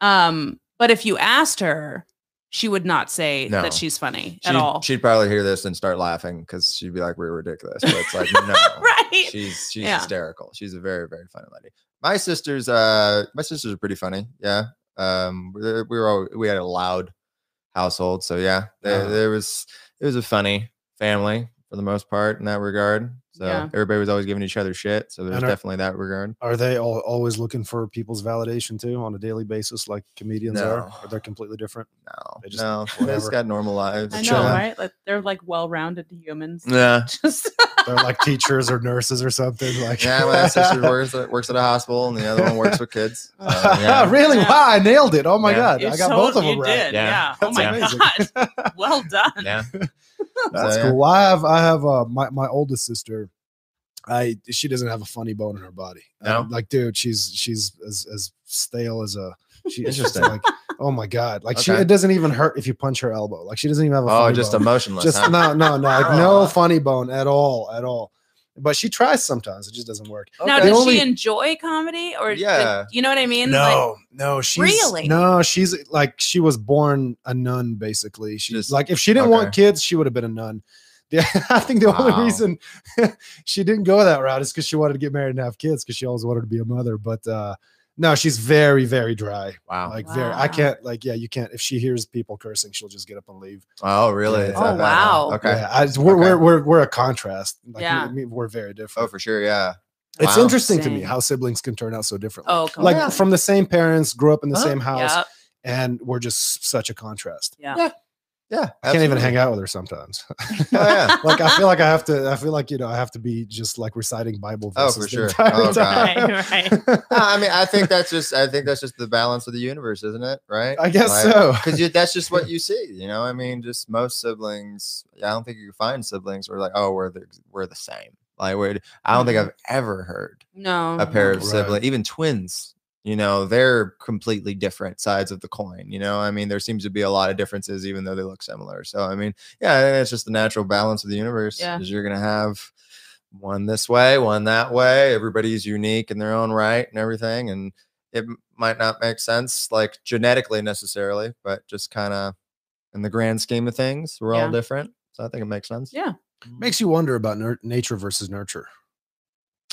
Um, but if you asked her, she would not say
No.
that she's funny
she'd,
at all.
she'd probably hear this and start laughing because she'd be like, "We're ridiculous." But it's like, no,
right.
she's she's
Yeah.
hysterical. She's a very very funny lady. My sisters, uh, my sisters are pretty funny. Yeah, um, we we were all, we had a loud household, so yeah, there,
Oh.
Yeah.
there was it was a funny family for the most part in that regard. So
Yeah.
everybody was always giving each other shit. So there's
And are-
definitely that regard.
Are they all always looking for people's validation too on a daily basis, like comedians are?
No.
Or they're completely different.
No,
They just-
no, they
whatever.
just got normal lives.
I know,
and
chilling.
right? Like they're like well-rounded humans.
Yeah.
Just
They're like teachers or nurses or something. Like
Yeah, my sister works at, works at a hospital, and the other one works with kids. So, yeah.
really?
Yeah.
Wow, I nailed it. Oh my
Yeah.
god,
you
I got
so-
both of them
you
right.
Did.
Yeah.
Yeah. Oh
That's
my
amazing.
god. Well done.
Yeah.
That's
So, yeah.
cool. Well, I have I have uh, my my oldest sister. I she doesn't have a funny bone in her body.
No?
Um, like dude, she's she's as as stale as a. She, it's just
Interesting.
like, oh my god, like she
Okay.
it doesn't even hurt if you punch her elbow. Like she doesn't even have a.
Oh,
funny
just
bone.
emotionless.
just
huh?
no no no like no
Aw.
funny bone at all at all. But she tries sometimes. It just doesn't work.
Now,
Okay.
does
only-
she enjoy comedy or like,
Yeah.
you know what I mean?
No, no, she's
Really?
no, she's like she was born a nun basically. She's
Just-
like if she didn't want kids, she would have been a nun. The, I think the
Wow.
only reason she didn't go that route is because she wanted to get married and have kids because she always wanted to be a mother. But uh no, she's very, very dry.
wow.
Like very, I
Wow.
can't. Like yeah, you can't. If she hears people cursing, she'll just get up and leave.
oh, really?
Yeah.
It's that
Oh,
bad, huh?
wow.
Okay.
Yeah, I, we're,
Okay.
we're we're we're a contrast. Like, we-
Yeah.
we, are very
Oh,
different.
for sure. Yeah.
It's
Wow.
interesting to me
Same.
how siblings can turn out so differently.
Oh, come
like
on.
from the same parents, grew up in the
Huh?
same house
Yep.
and we're just such a contrast.
Yeah.
Yeah. Yeah,
I can't even
absolutely.
hang out with her sometimes.
Oh yeah.
like I feel like I have to. I feel like you know I have to be just like reciting Bible
Oh,
verses.
for
the
sure.
entire
Oh, God.
time.
Right, right.
No, I mean, I think that's just I think that's just the balance of the universe, isn't it? Right?
I guess so.
Because that's just what you see, you know. I mean, just most siblings. I don't think you can find siblings where like, oh, we're the we're the same. Like, we're, I don't think
Mm-hmm.
I've ever heard
No.
a pair of
Right.
siblings, even twins. You know, they're completely different sides of the coin. You know, I mean, there seems to be a lot of differences, even though they look similar. So, I mean, yeah, I think that's just the natural balance of the universe.
Yeah.
Is you're gonna have one this way, one that way. Everybody's unique in their own right and everything, and it m- might not make sense like genetically necessarily, but just kind of in the grand scheme of things, we're all
Yeah.
different. So I think it makes sense.
Yeah.
Makes you wonder about nur- nature versus nurture.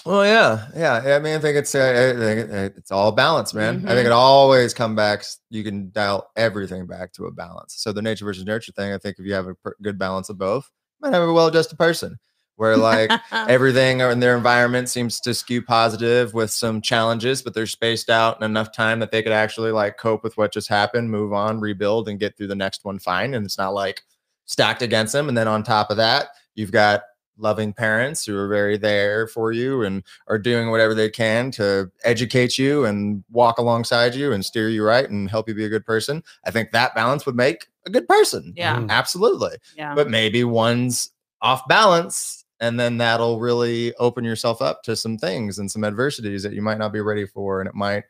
Well, yeah, yeah. I mean, I think it's uh, I think it- it's all balance, man. I think
Mhm.
it always comes back. You can dial everything back to a balance. So the nature versus nurture thing. I think if you have a per- good balance of both, you might have a well-adjusted person where like
Uh-huh.
everything in their environment seems to skew positive with some challenges, but they're spaced out in enough time that they could actually like cope with what just happened, move on, rebuild, and get through the next one fine. And it's not like stacked against them. And then on top of that, you've got loving parents who are very there for you and are doing whatever they can to educate you and walk alongside you and steer you right and help you be a good person. I think that balance would make a good person.
yeah.
Mhm.
Absolutely
Yeah.
but maybe one's off balance and then that'll really open yourself up to some things and some adversities that you might not be ready for and it might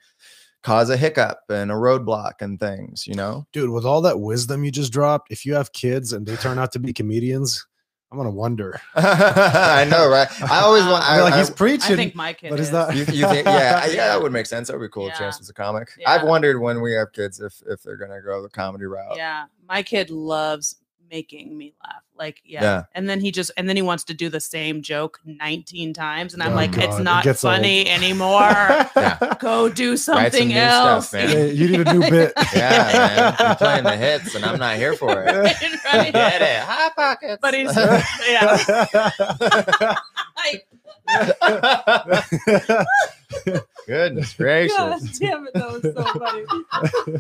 cause a hiccup and a roadblock and things you know
Dude, with all that wisdom you just dropped, if you have kids and they turn out to be comedians, I'm gonna wonder.
i know right i always want
I
I,
feel like
I-
he's preaching,
I think my kid
but
is.
is that
you, you think, yeah, yeah,
Yeah.
that would make sense. That would be cool if
Yeah.
Chance was a comic. I've
Yeah.
wondered when we have kids if if they're gonna go the comedy route.
Yeah. My kid loves making me laugh. Like, yeah.
Yeah.
And then he just, and then he wants to do the same joke 19 times. And I'm
Oh,
like,
God,
it's
it
not
gets old."
funny anymore. Go do
Write some
something
new
else.
stuff,
Yeah,
man.
you need a new bit.
Yeah, man. You're playing the hits and I'm not here for it.
Right?
Get it. Hot pockets.
But he's, yeah. Like,
Goodness gracious.
God damn it. That was so funny.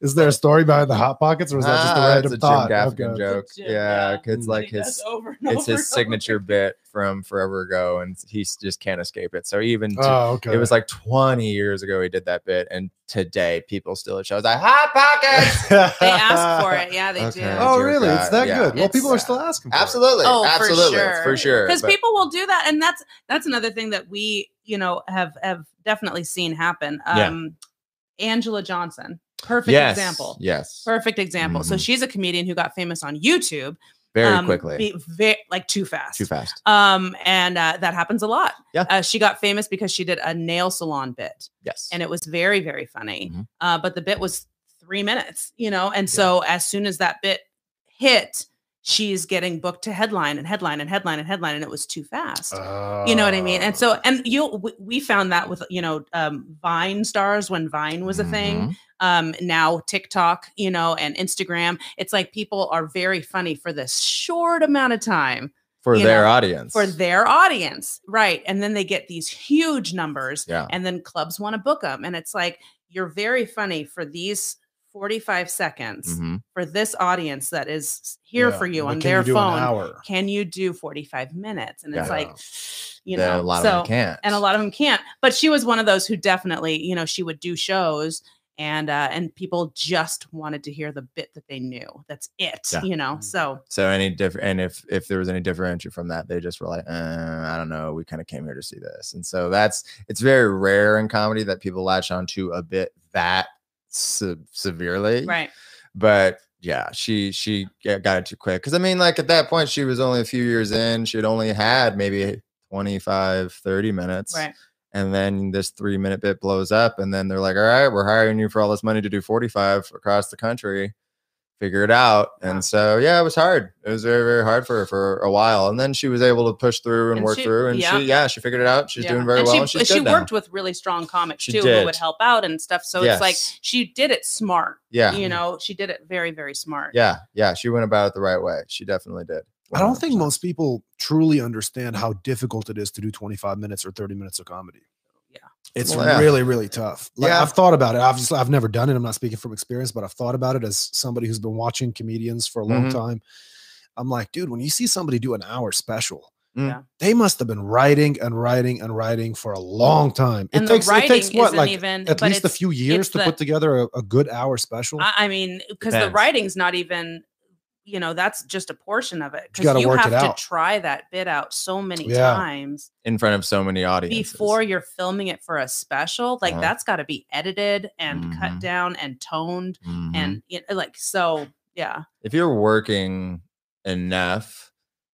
is there a story behind the hot pockets, or is that just a
Ah,
random
it's a
thought?
Jim Gaffigan
Okay.
joke.
Jim,
yeah,
yeah.
it's
Mm.
like
He does
his
over and
it's
over and
his signature bit from forever ago, and he s- just can't escape it. So even to-
Oh, okay.
it was like 20 years ago he did that bit, and today people still at shows like hot pockets.
over. They ask for it. Yeah, they
Okay.
do.
Oh,
Dear
really? It's
God,
that
yeah.
good. Well,
It's,
people are
uh,
still asking. For it.
absolutely,
Oh,
absolutely, for sure.
Because
but-
people will do that, and that's that's another thing that we, you know, have have definitely seen happen.
Yeah.
Um, Angela Johnson, perfect
yes,
example.
Yes,
Perfect example. So
Mhm.
she's a comedian who got famous on YouTube
very
um,
quickly,
be- ve- like too fast.
too fast.
Um, and uh, that happens a lot.
Yeah.
Uh, she got famous because she did a nail salon bit
Yes,
and it was very very funny
Mhm.
uh, but the bit was three minutes you know and so as soon as that bit hit she's getting booked to headline and headline and headline and headline and it was too fast you know what i mean and
Oh.
so and you we- we found that with you know um, vine stars when vine was a
Mm-hmm.
thing um now tiktok you know and instagram it's like people are very funny for this short amount of time
for
you
their
know,
audience.
for their audience right and then they get these huge numbers
yeah,
and then clubs want to book them and it's like you're very funny for these 45 seconds
Mhm.
for this audience that is here
Yeah,
for you
but
on
can
their
do an
phone
hour?
can you do 45 minutes and it's
Yeah.
like you
There-
know
a lot
so
of them can't,
and a lot of them can't but she was one of those who definitely you know she would do shows and uh and people just wanted to hear the bit that they knew that's it
Yeah.
you know so
So any different, and if if there was any differential from that, they just were like, uh, I don't know, we kind of came here to see this, and so that's it's very rare in comedy that people latch onto a bit that se- severely,
right
But yeah, she she g- got it too quick because I mean, like at that point, she was only a few years in, she had only had maybe 25, 30 minutes,
right
and then this three minute bit blows up and then they're like all right we're hiring you for all this money to do 45 across the country figure it out
Yeah.
and so yeah it was hard it was very very hard for her for a while and then she was able to push through and,
And
work
she-
through and
yeah.
she yeah she figured it out she's
Yeah.
doing very
and
well
She,
and she's
she
good now.
worked with really strong comics
She
too,
did.
who would help out and stuff. So it's like
Yes.
she did it smart.
yeah
You know, she did it very, very smart.
yeah yeah she went about it the right way she definitely did
I don't think
100%.
most people truly understand how difficult it is to do 25 minutes or 30 minutes of comedy. It's
Well, yeah.
really, really tough. Like,
Yeah.
I've thought about it. Obviously, I've never done it. I'm not speaking from experience, but I've thought about it as somebody who's been watching comedians for a long
Mhm.
time. I'm like, dude, when you see somebody do an hour special,
Mm.
Yeah.
they must have been writing and writing and writing for a long time.
and
it takes
the writing
it takes what
isn't
like
even
at
but
least a
it's-
few years
it's
to
the-
put together a, a good hour special.
I, I mean, because the
Depends.
writing's not even, you know, that's just a portion of it.
You gotta
Because you,
work
have
it out.
to try that bit out so many
Yeah.
times
in front of so many audiences
before you're filming it for a special. Like
Uh-huh.
that's got to be edited and
Mhm.
cut down and toned
Mhm.
and you know, like so. Yeah,
if you're working enough,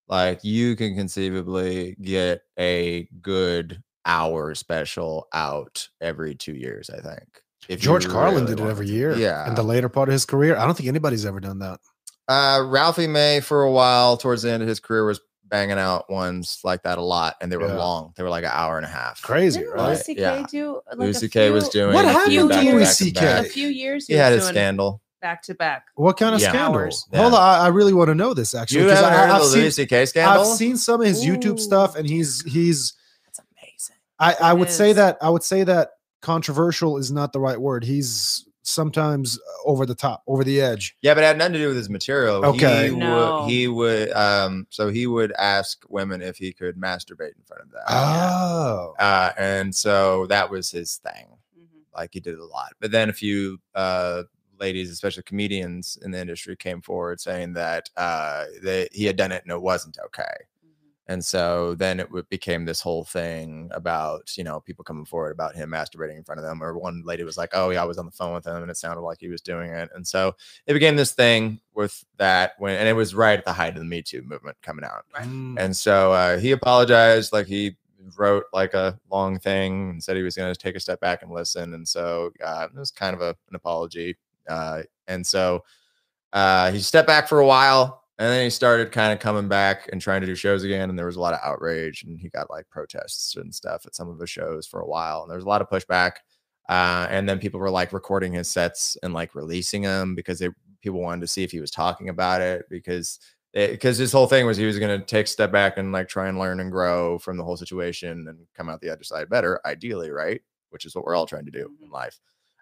like you can conceivably get a good hour special out every two years, I think. If you
George Carlin
really
did it
want
every
to.
year.
Yeah.
In the later part of his career. I don't think anybody's ever done that.
Uh, Ralphie May, for a while, towards the end of his career, was banging out ones like that a lot, and they were
Yeah.
long. They were like an hour and a half.
Crazy,
didn't
right?
Louis C.K.
Yeah.
do like
Louis
a
C.K. was
few-
doing.
What
a few
happened to
back
Louis
back
C.K.?
back.
A few years
He had
was
his
doing
scandal.
back to back.
What kind of
Yeah.
scandals?
Hours.
Hold
Yeah.
on, I, I really want to know this actually.
You
'cause
haven't
I,
heard of
I've
the
seen-
Louis C.K. scandal?
I've seen some of his YouTube
Ooh.
stuff, and he's he's
That's amazing.
I, I would say
is.
that I would say that controversial is not the right word. He's sometimes over the top, over the edge.
Yeah, but it had nothing to do with his material.
Okay.
He would,
No.
he would um so he would ask women if he could masturbate in front of them.
Oh,
Uh and so that was his thing.
Mhm.
Like he did a lot. But then a few uh ladies, especially comedians in the industry, came forward saying that uh that he had done it and it wasn't okay.
Mhm.
And so then it w- became this whole thing about, you know, people coming forward about him masturbating in front of them. Or one lady was like, oh, yeah, I was on the phone with him and it sounded like he was doing it. And so it became this thing with that when, and it was right at the height of the Me Too movement coming out.
Right.
Mm.
And so uh, he apologized, like he wrote like a long thing and said he was going to take a step back and listen. And so uh, it was kind of a, an apology. Uh, and so uh, he stepped back for a while, and then he started kind of coming back and trying to do shows again. And there was a lot of outrage, and he got like protests and stuff at some of his shows for a while, and there was a lot of pushback. Uh, and then people were like recording his sets and like releasing them because they people wanted to see if he was talking about it because because his whole thing was he was going to take a step back and like try and learn and grow from the whole situation and come out the other side better ideally right which is what we're all trying to do in
Mhm.
life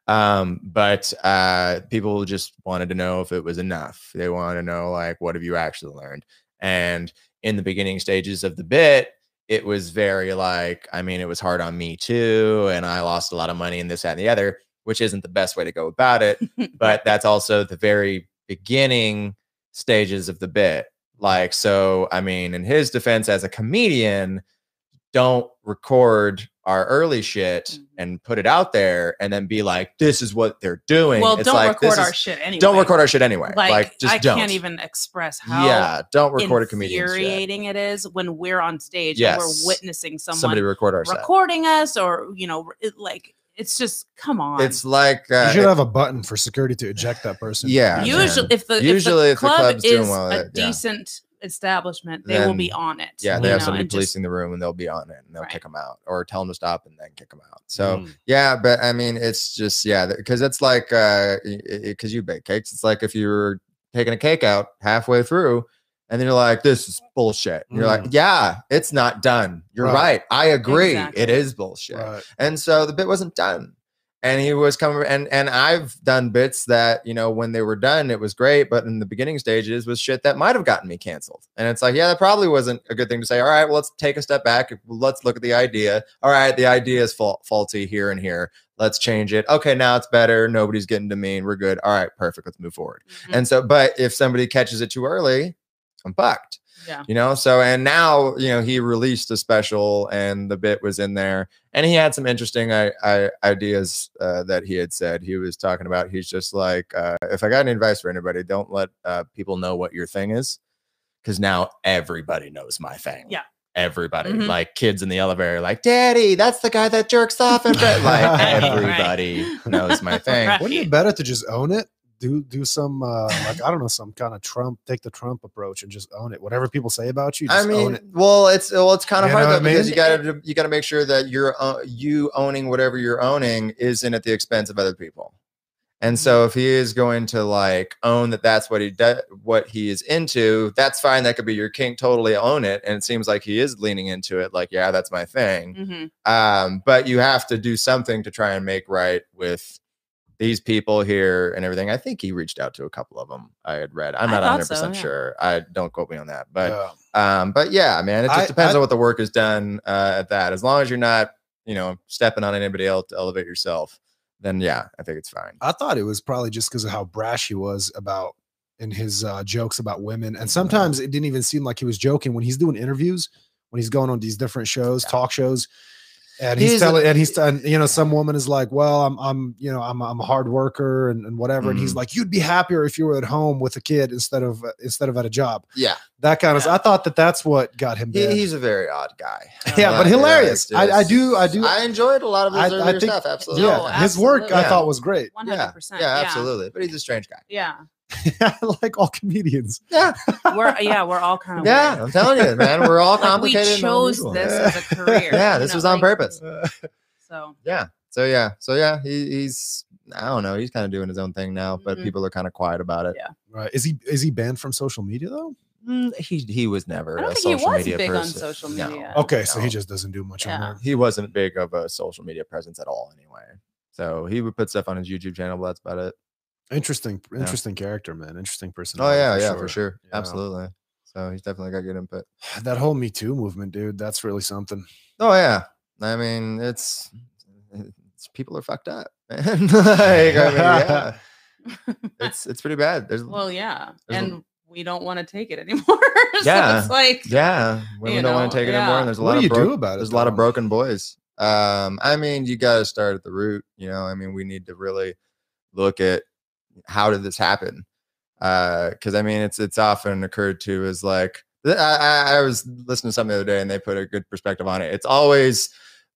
um but uh people just wanted to know if it was enough they wanted to know like what have you actually learned and in the beginning stages of the bit it was very like i mean it was hard on me too and i lost a lot of money in this that and the other which isn't the best way to go about it
Mm-hmm.
but that's also the very beginning stages of the bit. Like, so, I mean, in his defense as a comedian, don't record our early shit
Mhm.
and put it out there and then be like, this is what they're doing.
well,
It's
don't
like,
record
this
our
is-
shit anyway.
Don't record our shit anyway. Like,
Like,
just
I
don't.
can't even express how
yeah, don't record a comedian's shit.
infuriating it is when we're on stage and
Yes.
we're witnessing someone
Somebody record our set.
recording us or you know it, like it's just come on
It's like, uh,
you should have a button for security to eject that person.
yeah.
usually if the,
Usually
if the club
club's
is
doing well,
a
it- yeah.
decent establishment they will be
Then-
on it
Yeah,
you
they have
know,
somebody
and just-
policing the room and they'll be on it and they'll
Right. Mm.
kick them out or tell them to stop and then kick them out. So, yeah, but I mean, it's just, yeah, because it's like, uh, because you bake cakes, it's like if you're taking a cake out halfway through and then you're like, this is bullshit. And you're like,
Mm.
yeah, it's not done. You're right.
Right.
I agree. It
Exactly.
is bullshit
Right.
and so the bit wasn't done and he was coming and and i've done bits that you know when they were done it was great but in the beginning stages was shit that might have gotten me canceled and it's like yeah that probably wasn't a good thing to say all right well let's take a step back let's look at the idea all right the idea is fa- faulty here and here let's change it okay now it's better nobody's getting to me we're good all right perfect let's move forward
Mhm.
and so but if somebody catches it too early i'm fucked
yeah
you know so and now you know he released a special and the bit was in there and he had some interesting I, I, ideas uh, that he had said he was talking about he's just like uh, if i got any advice for anybody don't let uh, people know what your thing is because now everybody knows my thing
Yeah.
everybody
Mhm.
like kids in the elevator are like daddy that's the guy that jerks off and like
Right.
everybody knows my thing
Right.
Wouldn't it be better to just own it? Do do some uh, like I don't know some kind of Trump take the Trump approach and just own it. Whatever people say about you,
I
just own
mean,
it.
well, it's well, it's kind of
You
hard
know
though
what I
because
mean?
you gotta you gotta make sure that you're uh, you owning whatever you're owning isn't at the expense of other people. And
Mm-hmm.
so if he is going to like own that that's what he de- what he is into, that's fine. That could be your kink. Totally own it. And it seems like he is leaning into it. Like, yeah, that's my thing.
Mm.
Mhm.
Um, but you have to do something to try and make right with these people here and everything. I think he reached out to a couple of them. I had read. I'm
I
not
thought
100
so,
percent
yeah.
sure. I don't quote me on that. But
Yeah.
um, but yeah, man, it just
I-
depends
I-
on what the work is done uh, at that. As long as you're not, you know, stepping on anybody else to elevate yourself, then yeah, I think it's fine.
I thought it was probably just because of how brash he was about in his uh, jokes about women. And sometimes it didn't even seem like he was joking when he's doing interviews, when he's going on these different shows, talk shows. And he's,
He's a-
telling, and he's, and, you know, some woman is like, "Well, I'm, I'm, you know, I'm, I'm a hard worker and, and whatever." And he's like, "You'd be happier if you were at home with a kid instead of uh, instead of at a job."
Yeah,
That kind of.
Yeah.
I thought that that's what got him.
he,
banned.
he's a very odd guy.
yeah,
Uh,
but hilarious.
it's
I, I
just-
do, I do.
I enjoyed a lot of his
I- I
earlier
think-
stuff. Absolutely.
oh, yeah,
No,
his work I
absolutely.
thought was great.
One
Yeah,
hundred percent.
yeah, absolutely. But he's a strange guy.
Yeah,
I like all comedians.
Yeah,
we're yeah we're all kind of
yeah. I'm telling you, man, we're all
Like we
complicated. and
chose
unusual.
this as a career.
Yeah,
you
this
know,
was on
like,
purpose.
So
Yeah. So yeah. So yeah. He, he's I don't know. He's kind of doing his own thing now, but
Mhm.
people are kind of quiet about it.
Right. Is he is he banned from social media though?
Mm, he he was never.
I don't
a
think he
social
was
media
big on
person.
social
No.
media.
Okay, so he
No.
just doesn't do much
Uh,
on
Yeah.
there.
he wasn't big of a social media presence at all anyway. So he would put stuff on his YouTube channel, but that's about it.
Interesting,
Yeah.
interesting character, man. Interesting
Oh
personality.
yeah, yeah, for sure.
Yeah.
Absolutely. So he's definitely got good input.
That whole Me Too movement, dude. That's really something.
Oh yeah. I mean, it's, it's people are fucked up. man. like, I mean, yeah. It's it's pretty bad. There's
well, yeah,
There's a-
and we don't want to take it anymore. so
Yeah.
it's like
yeah, women
You
don't want
know,
to take it anymore.
yeah.
And there's a
what
lot
do
of
you
broke-
do about it?
there's a lot of
though?
broken boys. Um, I mean, you got to start at the root. You know, I mean, we need to really look at how did this happen? Because I mean, it's it's often occurred to as like th- I, I- I was listening to something the other day, and they put a good perspective on it. It's always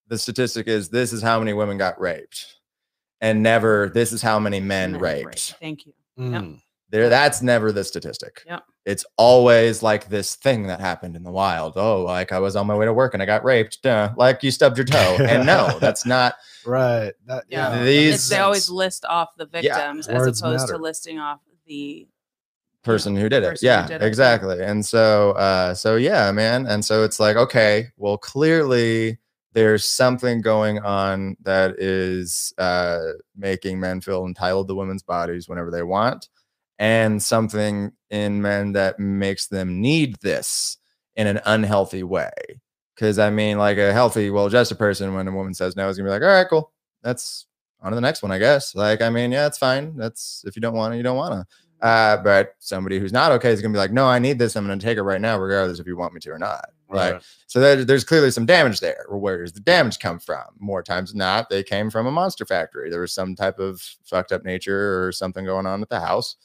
the statistic is this is how many women got raped, and never this is how many men
Right,
raped.
right. Thank you.
Mm.
There, that's never the statistic.
Yep.
It's always like this thing that happened in the wild. Oh, like I was on my way to work and I got raped. Duh. Like you stubbed your toe. and no, that's not.
Right. That,
Yeah.
yeah.
These-
It's, they always list off the victims as
Words
opposed
matter.
to listing off the
person who did it.
person who
Yeah,
did it, yeah.
exactly. And so, uh, so yeah, man. And so it's like, okay, well, clearly there's something going on that is uh, making men feel entitled to women's bodies whenever they want, and something in men that makes them need this in an unhealthy way. Because I mean, like a healthy, well-adjusted person, when a woman says no, is gonna be like, all right, cool, that's on to the next one, I guess. Like, I mean, yeah, it's fine. That's if you don't want to, you don't want to. Uh, but somebody who's not okay is gonna be like, no, I need this. I'm gonna take it right now, regardless if you want me to or not. Like,
Right.
so there, there's clearly some damage there. Well, where does the damage come from? More times than not, they came from a monster factory. There was some type of fucked up nature or something going on at the house,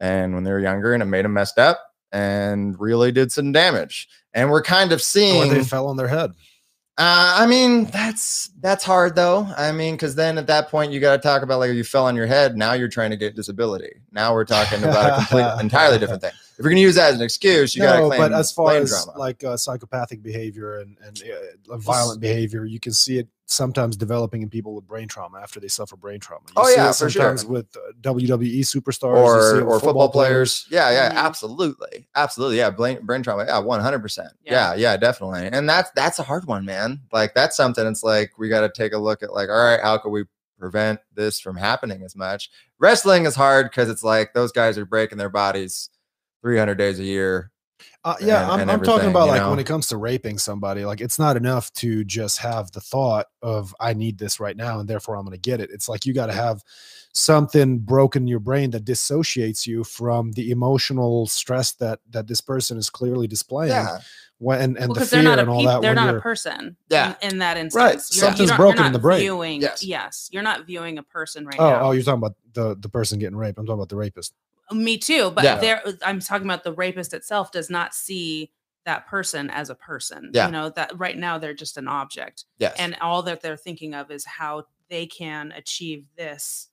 and when they were younger, and it made them messed up and really did some damage. And we're kind of
Or
seeing
they fell on their head.
uh, I mean, that's that's hard though. I mean, because then at that point you got to talk about like you fell on your head. Now you're trying to get disability. Now we're talking about a complete, entirely different thing. If you're gonna use that as an excuse, you got to
no,
claim.
but as far
blame
as
drama.
like uh, psychopathic behavior and and uh, violent behavior, you can see it sometimes developing in people with brain trauma after they suffer brain trauma. You
Oh,
see
yeah,
it
for sure.
sometimes with uh, WWE superstars you see it
or
with Mm-hmm.
or football players. Yeah, yeah,
Mhm.
absolutely, absolutely. Yeah, brain, brain trauma. Yeah, one hundred percent.
Yeah.
Yeah, yeah, definitely. And that's that's a hard one, man. Like that's something. It's like we got to take a look at like, all right, how can we prevent this from happening as much? Wrestling is hard because it's like those guys are breaking their bodies three hundred days a year.
Uh, yeah,
and-
I'm,
and
I'm talking
everything,
about
you
like when
know?
it comes to raping somebody, like it's not enough to just have the thought of I need this right now and therefore I'm going to get it. It's like you got to have something broken in your brain that dissociates you from the emotional stress that that this person is clearly displaying
Yeah,
when and,
well,
and the
because
fear
they're not
and
a
all
peop-
that.
they're
when
not a
you're-
person.
Yeah.
In, in that instance,
Right,
You're-
something's
don't-
broken
not
in the brain.
Viewing,
Yes.
yes. you're not viewing a person right
oh,
now.
oh, you're talking about the the person getting raped. I'm talking about the rapist.
Me too, but
Yeah.
there I'm talking about the rapist itself does not see that person as a person.
Yeah.
You know, that right now they're just an object.
yes.
And all that they're thinking of is how they can achieve this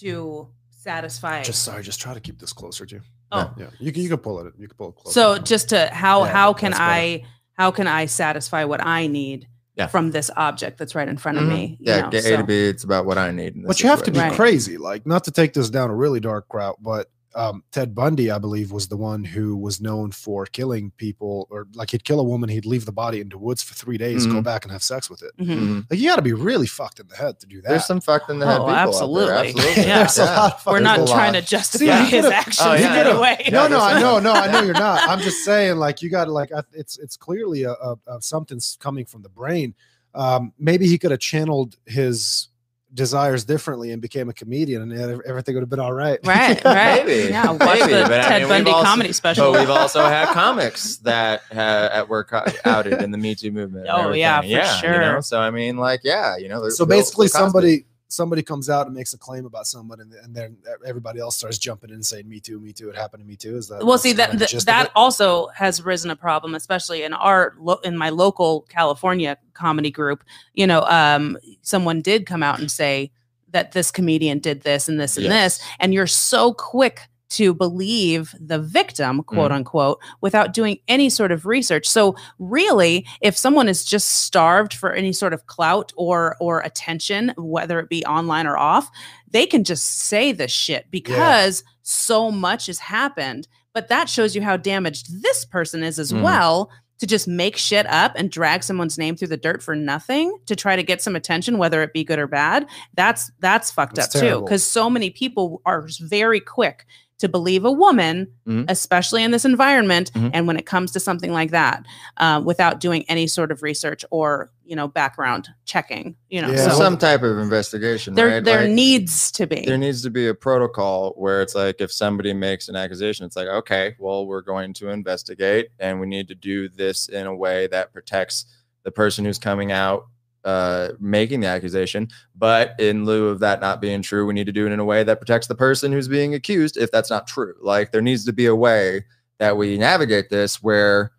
to satisfy
Just sorry, just try to keep this closer to you.
Oh.
yeah, you can you can pull it. You can pull it closer.
So just to how
Yeah,
how can
that's better.
I how can I satisfy what I need
Yeah.
from this object that's right in front
Mhm.
Mm-hmm.
of me. you
Yeah,
know,
get A
so-
to B. It's about what I need. in this
But you have to be
situation.
Right.
crazy, like not to take this down a really dark route, but um, Ted Bundy, I believe, was the one who was known for killing people, or like he'd kill a woman, he'd leave the body in the woods for three days, go
Mm-hmm.
Mhm.
back and have sex with it.
Mhm.
Mhm.
Like you got to be really fucked in the head to do that.
There's some fucked in the head
Oh,
people. out there.
absolutely.
Absolutely.
Yeah. There's
a lot of
We're
There's
not
a
trying to justify
See, you
his
could've-
actions
oh, yeah.
anyway.
Yeah,
no, no,
there's
I know,
some.
no, I know you're not. I'm just saying, like, you got to like, I- it's it's clearly a, a, a something's coming from the brain. Um, maybe he could have channeled his desires differently and became a comedian, and ev- everything would have been all right.
Right, right.
Maybe,
Yeah, watch
maybe,
the
but I
Ted
mean, we've
Bundy
also-
comedy
but
special.
we've also had comics that uh, at were co- outed in the Me Too movement. and
Oh, yeah,
everything.
for
you know?
sure.
So I mean, like, yeah, you know. there's
so
Bill-
basically,
Bill Cosby.
somebody somebody comes out and makes a claim about someone, and, and then everybody else starts jumping in and saying, "Me too, me too, it happened to me too." Is that
well,
that's
see
kinda
that
the
that,
gist of
that
it?
also has risen a problem, especially in our lo- in my local California comedy group. You know, um, someone did come out and say that this comedian did this and this and this, and you're so quick to believe the victim, quote unquote, without doing any sort of research. So really, if someone is just starved for any sort of clout or or attention, whether it be online or off, they can just say this shit because so much has happened. But that shows you how damaged this person is as
Mhm.
well to just make shit up and drag someone's name through the dirt for nothing to try to get some attention whether it be good or bad. That's that's fucked
That's
up
terrible.
too cuz so many people are very quick to believe a woman
Mhm.
especially in this environment
Mhm.
and when it comes to something like that uh, without doing any sort of research or you know background checking you know
Yeah.
So
so
some type of investigation.
there
right?
there
Like,
needs to be
there needs to be a protocol where it's like if somebody makes an accusation, it's like, okay, well, we're going to investigate and we need to do this in a way that protects the person who's coming out uh making the accusation but in lieu of that not being true we need to do it in a way that protects the person who's being accused if that's not true like there needs to be a way that we navigate this where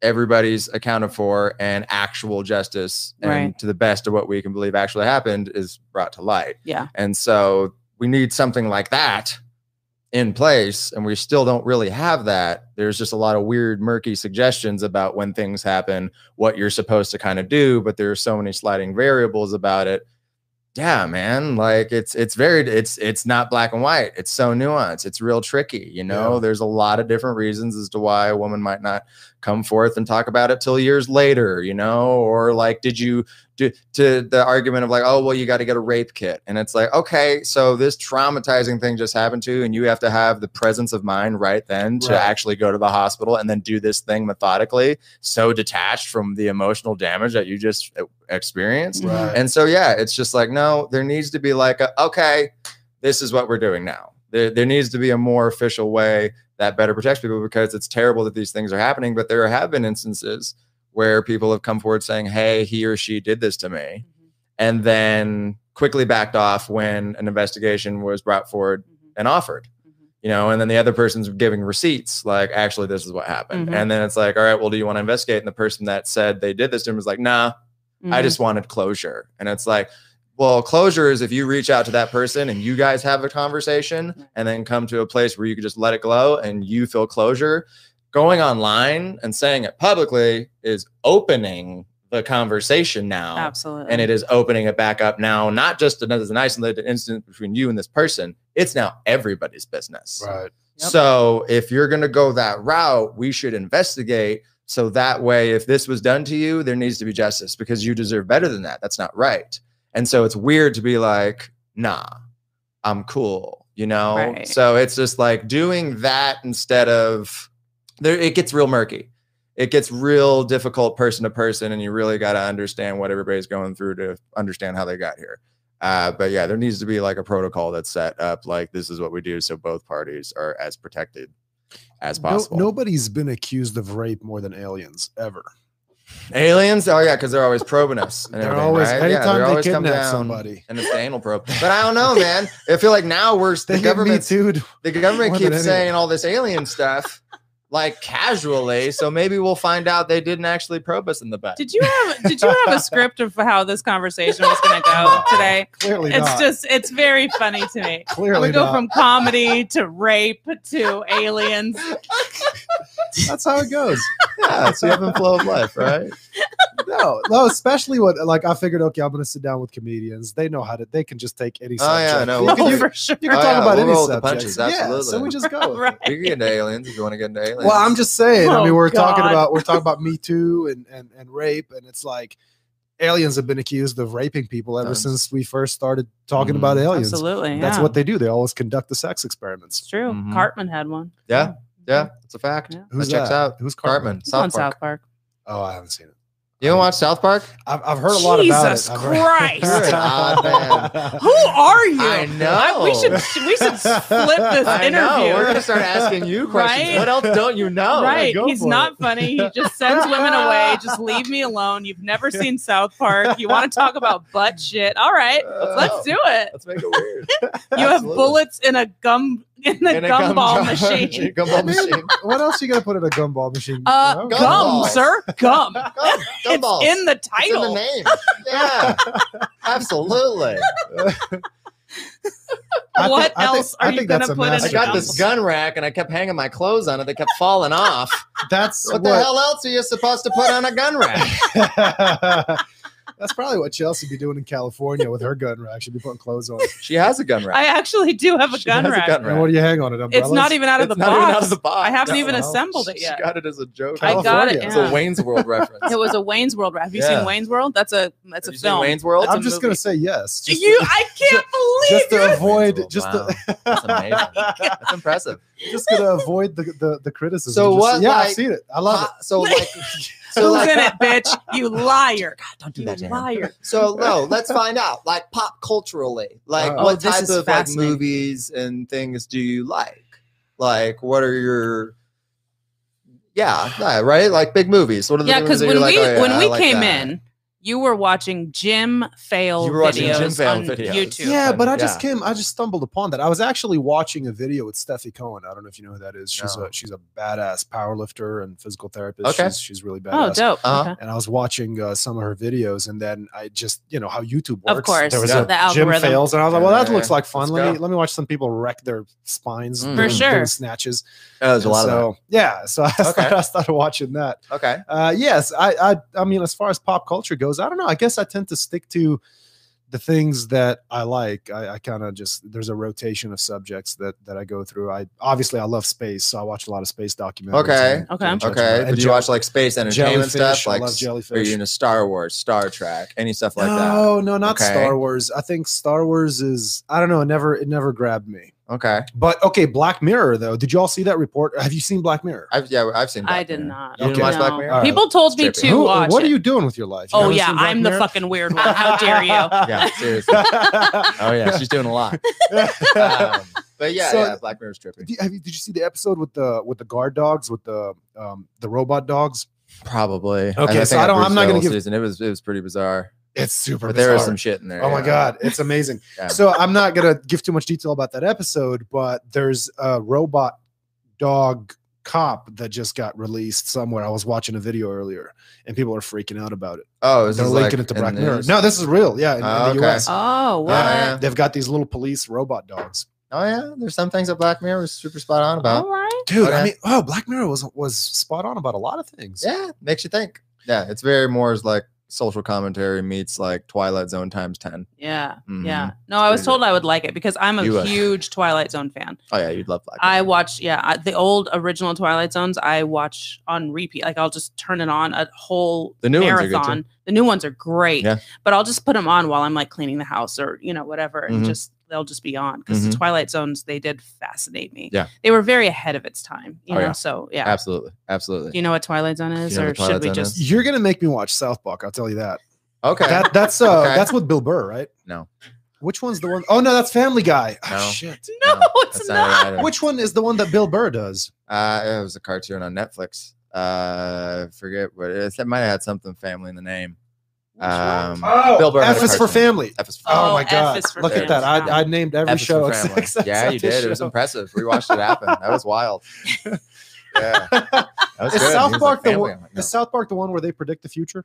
everybody's accounted for and actual justice and
Right.
to the best of what we can believe actually happened is brought to light
yeah
and so we need something like that in place. And we still don't really have that. There's just a lot of weird, murky suggestions about when things happen, what you're supposed to kind of do, but there are so many sliding variables about it. Yeah, man. Like it's it's very it's it's not black and white. It's so nuanced. It's real tricky. You know,
Yeah.
there's a lot of different reasons as to why a woman might not come forth and talk about it till years later, you know, or like, did you to, to the argument of like, oh, well, you got to get a rape kit. And it's like, okay, so this traumatizing thing just happened to you, and you have to have the presence of mind right then to
Right.
actually go to the hospital and then do this thing methodically, so detached from the emotional damage that you just uh, experienced.
Right.
And so, yeah, it's just like, no, there needs to be like, a, okay, this is what we're doing now. There, there needs to be a more official way that better protects people because it's terrible that these things are happening. But there have been instances where people have come forward saying, hey, he or she did this to me, and then quickly backed off when an investigation was brought forward and offered. You know, and then the other person's giving receipts, like, actually, this is what happened.
Mhm.
And then it's like, all right, well, do you want to investigate? And the person that said they did this to him was like, nah, I
Mm-hmm.
just wanted closure. And it's like, well, closure is if you reach out to that person and you guys have a conversation and then come to a place where you can just let it glow and you feel closure. Going online and saying it publicly is opening the conversation now.
absolutely
um, And it is opening it back up now, not just as an isolated incident between you and this person. It's now everybody's business.
right.
Yep.
So if you're going to go that route, we should investigate. So that way, if this was done to you, there needs to be justice because you deserve better than that. That's not right. And so it's weird to be like, nah, I'm cool, you know?
Right.
So it's just like doing that instead of there, it gets real murky. It gets real difficult person to person, and you really got to understand what everybody's going through to understand how they got here. Uh, but yeah, there needs to be like a protocol that's set up. Like this is what we do, so both parties are as protected as
No-
possible.
nobody's been accused of rape more than aliens ever.
Aliens, oh yeah, because they're always probing us. And
They're
everything,
always-
right? Yeah,
anytime
they're
they
always come
kidnap
down
somebody.
and it's the anal probe. But I don't know, man. I feel like now we're the
They hit me
government.
too.
The government
more than
keeps
anyone.
saying all this alien stuff, like casually. So maybe we'll find out they didn't actually probe us in the butt.
did you have did you have a script of how this conversation was going to go today
Clearly
it's
not.
just it's very funny to me
Clearly
we go
not.
from comedy to rape to aliens
That's how it goes. Yeah, it's the ebb and flow of life, right?
no, no, especially when like I figured, okay, I'm gonna sit down with comedians. They know how to. They can just take any.
Oh, yeah,
subject.
no,
You
we
can-
can
you,
do-
for sure.
you can
Oh,
talk
yeah,
about
we'll
any
roll with the punches,
subject. yeah, so
absolutely.
we just go. with it.
Right.
You can get into aliens if you want to get into aliens.
Well, I'm just saying. I
Oh,
mean, we're talking
God.
about we're talking about Me Too and and and rape, and it's like aliens have been accused of raping people ever
Tons.
since we first started talking
Mhm.
about aliens.
Absolutely.
That's
yeah.
what Mm-hmm. they do. They always conduct the sex
It's
experiments.
true.
Mhm.
Cartman had one.
Yeah, yeah, it's a fact.
Yeah.
Who's
that checks
that?
out.
Who's
Cartman,
Cartman?
He's
South
on
Park.
South Park.
Oh, I haven't seen it.
You don't watch South Park?
I've, I've heard a lot
Jesus
about it.
Christ. You're
an odd
man.
Who are you?
I
we
know.
should we should flip this
I
interview.
know. We're gonna start asking you questions.
Right?
What else don't you know?
right.
go
He's
for
not
it.
funny. He just sends women away. Just leave me alone. You've never seen South Park. You want to talk about butt shit. All right.
Uh,
Let's do it.
Let's make it weird.
You have
Absolutely.
bullets in a gum in a
In a gum
gumball
jar.
machine.
gumball machine.
what else you gonna put in a gumball machine? Oh,
Uh,
You know?
gum,
Gumballs.
sir. Gum.
Gum, gumballs.
It's in the
It's in
title.
the name. Yeah. Absolutely.
I
what
think- I think-
else
I
are you
think
going
that's
to
a
put in
I
a
got this
gumballs?
gun rack and I kept hanging my clothes on it. They kept falling off.
That's
What, the hell else are you supposed to put on a gun rack?
That's probably what Chelsea be doing in California with her gun rack. She'd be putting clothes on.
She has a gun rack.
I actually do have a
She
gun
has a
rack.
gun
And what do you hang on it? Umbrellas?
It's not even out of the
It's not even
box.
out of the box.
I haven't
No.
even
No.
assembled it
She
yet.
got it as a joke.
I got it,
California.
It's
yeah.
a Wayne's World reference.
It was a Wayne's World rap. Have you
Yeah.
seen Wayne's World? That's a that's
Have
a
you seen
film.
Wayne's World?
That's
I'm
a
just
movie.
gonna say yes. Just
you, I can't
just
believe
to
you.
avoid,
Wow.
just to,
That's amazing. That's impressive.
just gonna avoid the the, the criticism.
So
Just-
what,
Yeah,
like-
I've seen it. I love
Uh, So like, so
Who's
like,
in it, bitch? You liar!
don't
You
do that, Dan.
liar!
So no, let's find out. Like pop culturally, like
Oh.
Oh,
what
this
type
is
of like
fascinating.
movies and things do you like? Like what are your yeah, yeah, right? Like big movies. What are the
Yeah,
movies
because
that
when
you're like,
we
oh, yeah,
when
I
we
like
came
that.
in, you were watching Jim fail
You were watching
videos
Jim fail
on
videos.
it.
YouTube.
Yeah, but I
Yeah.
just came. I just stumbled upon that. I was actually watching a video with Steffi Cohen. I don't know if you know who that is. She's
No.
a she's a badass powerlifter and physical therapist.
Okay.
She's, she's really
Oh,
badass.
dope.
Uh-huh.
Okay.
and I was watching uh, some of her videos, and then I just, you know, how YouTube works.
Of course,
there was
Yeah.
a
the
gym
algorithm.
fails, and I was like, well, that
Yeah,
looks like fun.
let's
Let me
go.
let me watch some people wreck their spines
Mm.
For
doing-
sure.
doing snatches.
Yeah, Oh, there's a
And
lot
so, yeah, so I, started, I started watching that.
of that. Okay.
Uh, yes, I, I, I mean, as far as pop culture goes, I don't know. I guess I tend to stick to the things that I like. I, I kind of just there's a rotation of subjects that that I go through. I obviously I love space, so I watch a lot of space documentaries.
Okay.
and-
Okay.
and judge about-
Okay.
and
Did you
judge-
watch like space entertainment stuff?
jellyfish. I
Like
love
are
jellyfish.
you into Star Wars, Star Trek, any stuff like that?
no, no, not
Okay.
Star Wars. I think Star Wars is I don't know. It never it never grabbed me.
Okay.
But okay, Black Mirror though. Did you all see that report? Have you seen Black Mirror?
I've yeah, I've seen Black
I did
Mirror.
not.
You didn't
Okay.
watch Black
No.
Mirror?
All right.
People told me
Trippy.
to
Who-
watch
what
it.
are you doing with your life? You
oh
haven't
yeah,
seen Black
I'm the
Mirror?
fucking weird one. How dare you?
Yeah, seriously. Oh yeah, she's doing a lot. Um, but yeah,
So-
yeah, Black Mirror's trippy.
Did you, have you, did you see the episode with the with the guard dogs with the um the robot dogs?
Probably. And
Okay,
I
so
think
I don't-
Bruce
I'm not gonna
Willis
give-
season. It was it was pretty bizarre,
It's super.
but there was
bizarre.
some shit in there.
Oh my
yeah.
god, it's amazing.
Yeah.
So I'm not gonna give too much detail about that episode, but there's a robot dog cop that just got released somewhere. I was watching a video earlier, and people are freaking out about it.
Oh, is
They're
this
linking
like
it to
in
Black
the
Mirror.
news?
No, this is real. Yeah, in, in
Oh,
the
okay.
U.S.
Oh, what?
Yeah.
They've got these little police robot dogs.
Oh yeah, there's some things that Black Mirror was super spot on about.
Oh.
All right.
Dude,
Okay.
I mean, oh, Black Mirror was was spot on about a lot of things.
Yeah, makes you think. Yeah, it's very more as like social commentary meets like Twilight Zone times ten.
Yeah.
Mhm.
Yeah. No, I was
Really?
told I would like it because I'm a
You would.
huge Twilight Zone fan.
Oh yeah, you'd love Black.
I
Mirror.
watch, yeah, I- the old original Twilight Zones. I watch on repeat. Like I'll just turn it on a whole
The new ones are good, too.
marathon. The new ones are great,
Yeah.
but I'll just put them on while I'm like cleaning the house or you know whatever, and
Mhm.
just they'll just be on because
Mhm.
the Twilight Zones they did fascinate me.
Yeah.
they were very ahead of its time. You
Oh,
know,
yeah.
so yeah.
absolutely, absolutely.
Do you know what Twilight Zone is,
know
or
what Twilight
should we
Zone
just?
You're gonna make me watch South Park. I'll tell you that.
okay,
That that's uh
Okay.
that's with Bill Burr, right?
No.
Which one's the one oh no, that's Family Guy. Oh,
No.
shit.
No,
No,
it's not.
it either.
Which one is the one that Bill Burr does?
Uh, it was a cartoon on Netflix. Uh, I forget what it, is. it might have had something family in the name. Um,
Oh,
Bill Burr had
F
a
is for
cartoon.
family.
F is for
Oh, my
F
god.
is for
Look
family.
at that. I, I named every
F is for
show
family.
except except
Yeah, you
this
did. It was
show.
impressive. We watched it happen. That was wild. Yeah. That was
Is
good. He
South
was
Park
like
the
family.
one
I'm like, no.
is South Park the one where they predict the future?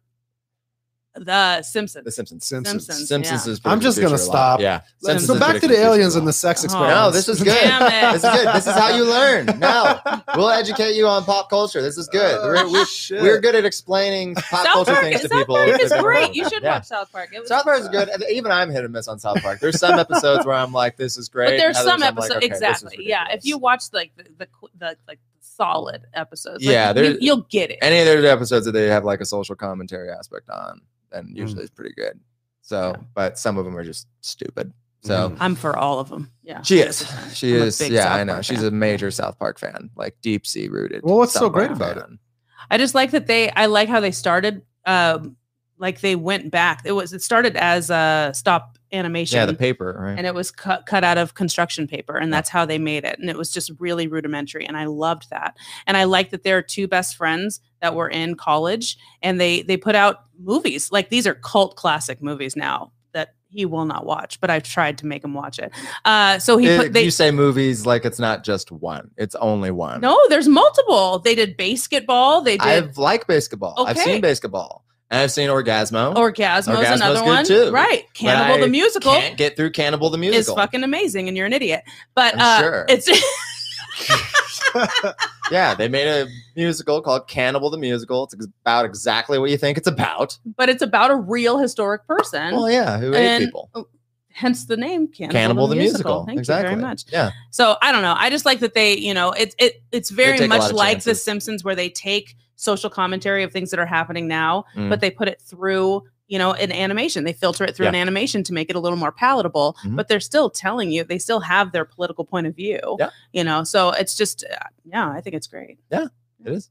The Simpsons.
The Simpsons.
Simpsons.
Simpsons.
Simpsons
yeah.
is predicting
I'm just
the future
gonna
a lot.
stop.
Yeah.
Let's
Simpsons
go
is
back to
predicting
the
future a
aliens and
lot.
the sex
Oh.
experiment.
No, this is good.
Damn
This is good. This is how you learn. Now we'll educate you on pop culture. This is good. We're, we're,
Uh, shit.
we're good at explaining pop
South
culture
Park,
things to
South
people.
Park is
They're
great.
good.
You should
Yeah.
watch South Park. It was,
South Park is good. And Even I'm hit and miss on South Park. There's some episodes where I'm like, "This is great."
but there's
and
some
others I'm like,
episodes
"Okay, this is
exactly. Yeah, if
ridiculous."
you watch like the the, qu- the like solid episodes, like,
Yeah,
you,
there-
you'll get it.
any of their episodes that they have like a social commentary aspect on, then usually it's pretty good. So,
Yeah.
but some of them are just stupid. So
I'm for all of them. Yeah,
she is. She
I'm a
is.
big
Yeah,
South
I know.
Park
She's
fan.
a major South Park fan, like deep sea rooted.
Well, what's so great about it?
I just like that they. I like how they started. Um, like they went back. It was it started as a stop animation.
Yeah, the paper, right?
and it was cut, cut out of construction paper and that's how they made it and it was just really rudimentary and i loved that and i like that there are two best friends that were in college and they they put out movies like these are cult classic movies now that he will not watch but i've tried to make him watch it uh so he
It-
put they
Eh, you say movies like it's not just one; it's only one.
no there's multiple they did basketball they
I
did
like basketball. I've
Okay.
seen basketball, and I've seen Orgasmo.
orgasmo's,
Oh. Orgasmo's
another
good
one
too,
right cannibal
I
the musical
Can't get through Cannibal the
is
musical.
fucking amazing and you're an idiot but
I'm
uh
sure.
it's
yeah, they made a musical called Cannibal the musical. It's about exactly what you think it's about.
but it's about a real historic person
Well, yeah, who ate
and-
people?
hence the name Cannibal,
Cannibal the musical.
Thank
exactly.
you very much.
Yeah,
So I don't know. I just like that they, you know, it's it it's very
take a lot
much
of
like The
chances.
Simpsons, where they take social commentary of things that are happening now,
Mm.
but they put it through, you know, an animation. They filter it through
Yeah.
an animation to make it a little more palatable.
Mhm.
But they're still telling you they still have their political point of view.
Yeah.
You know, so it's just uh, yeah, I think it's great.
it is.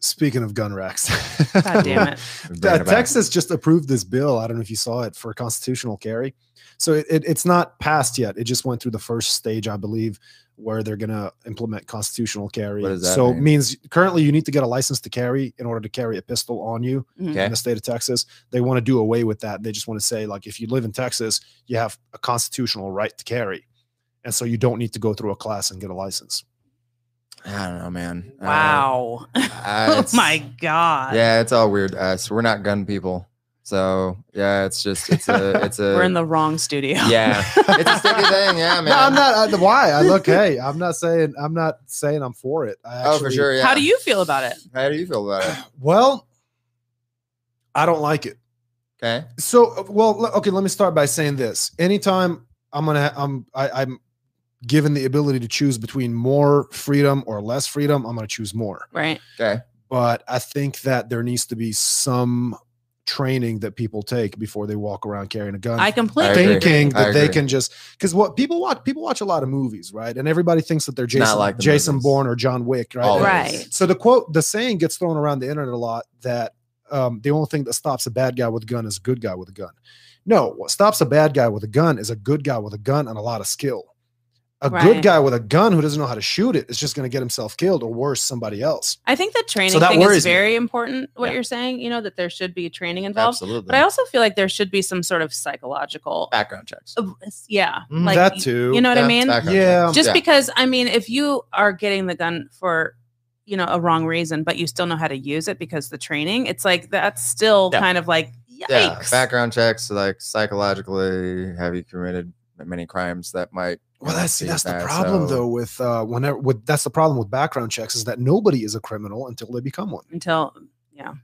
Speaking of gun racks,
God damn it.
Bring
Uh,
it about.
Texas just approved this bill. I don't know if you saw it for constitutional carry. So it, it, it's not passed yet. It just went through the first stage, I believe, where they're going to implement constitutional carry.
What does that
so it
mean?
means currently you need to get a license to carry in order to carry a pistol on you
Okay.
Mm-hmm.
in the state of Texas. They want to do away with that. They just want to say, like, if you live in Texas, you have a constitutional right to carry. And so you don't need to go through a class and get a license.
I don't know, man. Uh,
Wow.
uh,
oh
it's-
my God.
Yeah, it's all weird to us. We're not gun people, so yeah, it's just it's a it's a
We're in the wrong studio.
yeah, it's a sticky thing. Yeah, man.
No, I'm not. I, why? I look. Hey, I'm not saying. I'm not saying I'm for it.
Oh,
I
for
actually-
sure. Yeah.
How do you feel about it?
How do you feel about it?
Well, I don't like it.
Okay.
So, well, le- okay. Let me start by saying this. Anytime I'm gonna, I'm, I, I'm given the ability to choose between more freedom or less freedom, I'm gonna choose more.
Right.
Okay.
But I think that there needs to be some training that people take before they walk around carrying a gun
I completely
agree.
thinking
I
that they
agree.
can just because what people watch people watch a lot of movies, right? And everybody thinks that they're
Not
Jason
like the
Jason
movies.
Bourne or John Wick, right?
Always.
Right.
So the quote, the saying gets thrown around the internet a lot that um, the only thing that stops a bad guy with a gun is a good guy with a gun. No, what stops a bad guy with a gun is a good guy with a gun and a lot of skill. A
Right.
good guy with a gun who doesn't know how to shoot it is just going to get himself killed or worse, somebody else.
I think that training
that
thing is
worries me.
very important. What
Yeah.
you're saying, you know, that there should be training involved,
Absolutely.
but I also feel like there should be some sort of psychological,
background checks.
uh, yeah,
Mm,
like
that
y-
too. um,
You know what I
Yeah,
mean?
background
Yeah.
checks.
Just
Yeah.
because I mean, if you are getting the gun for you know a wrong reason, but you still know how to use it because the training, it's like that's still
Yeah.
kind of like
yeah,
yikes.
background checks like psychologically have you committed many crimes that might
Well, that's see,
be
that's the
bad,
problem
so-
though with uh, whenever with that's the problem with background checks is that nobody is a criminal until they become one.
until
And
Yeah.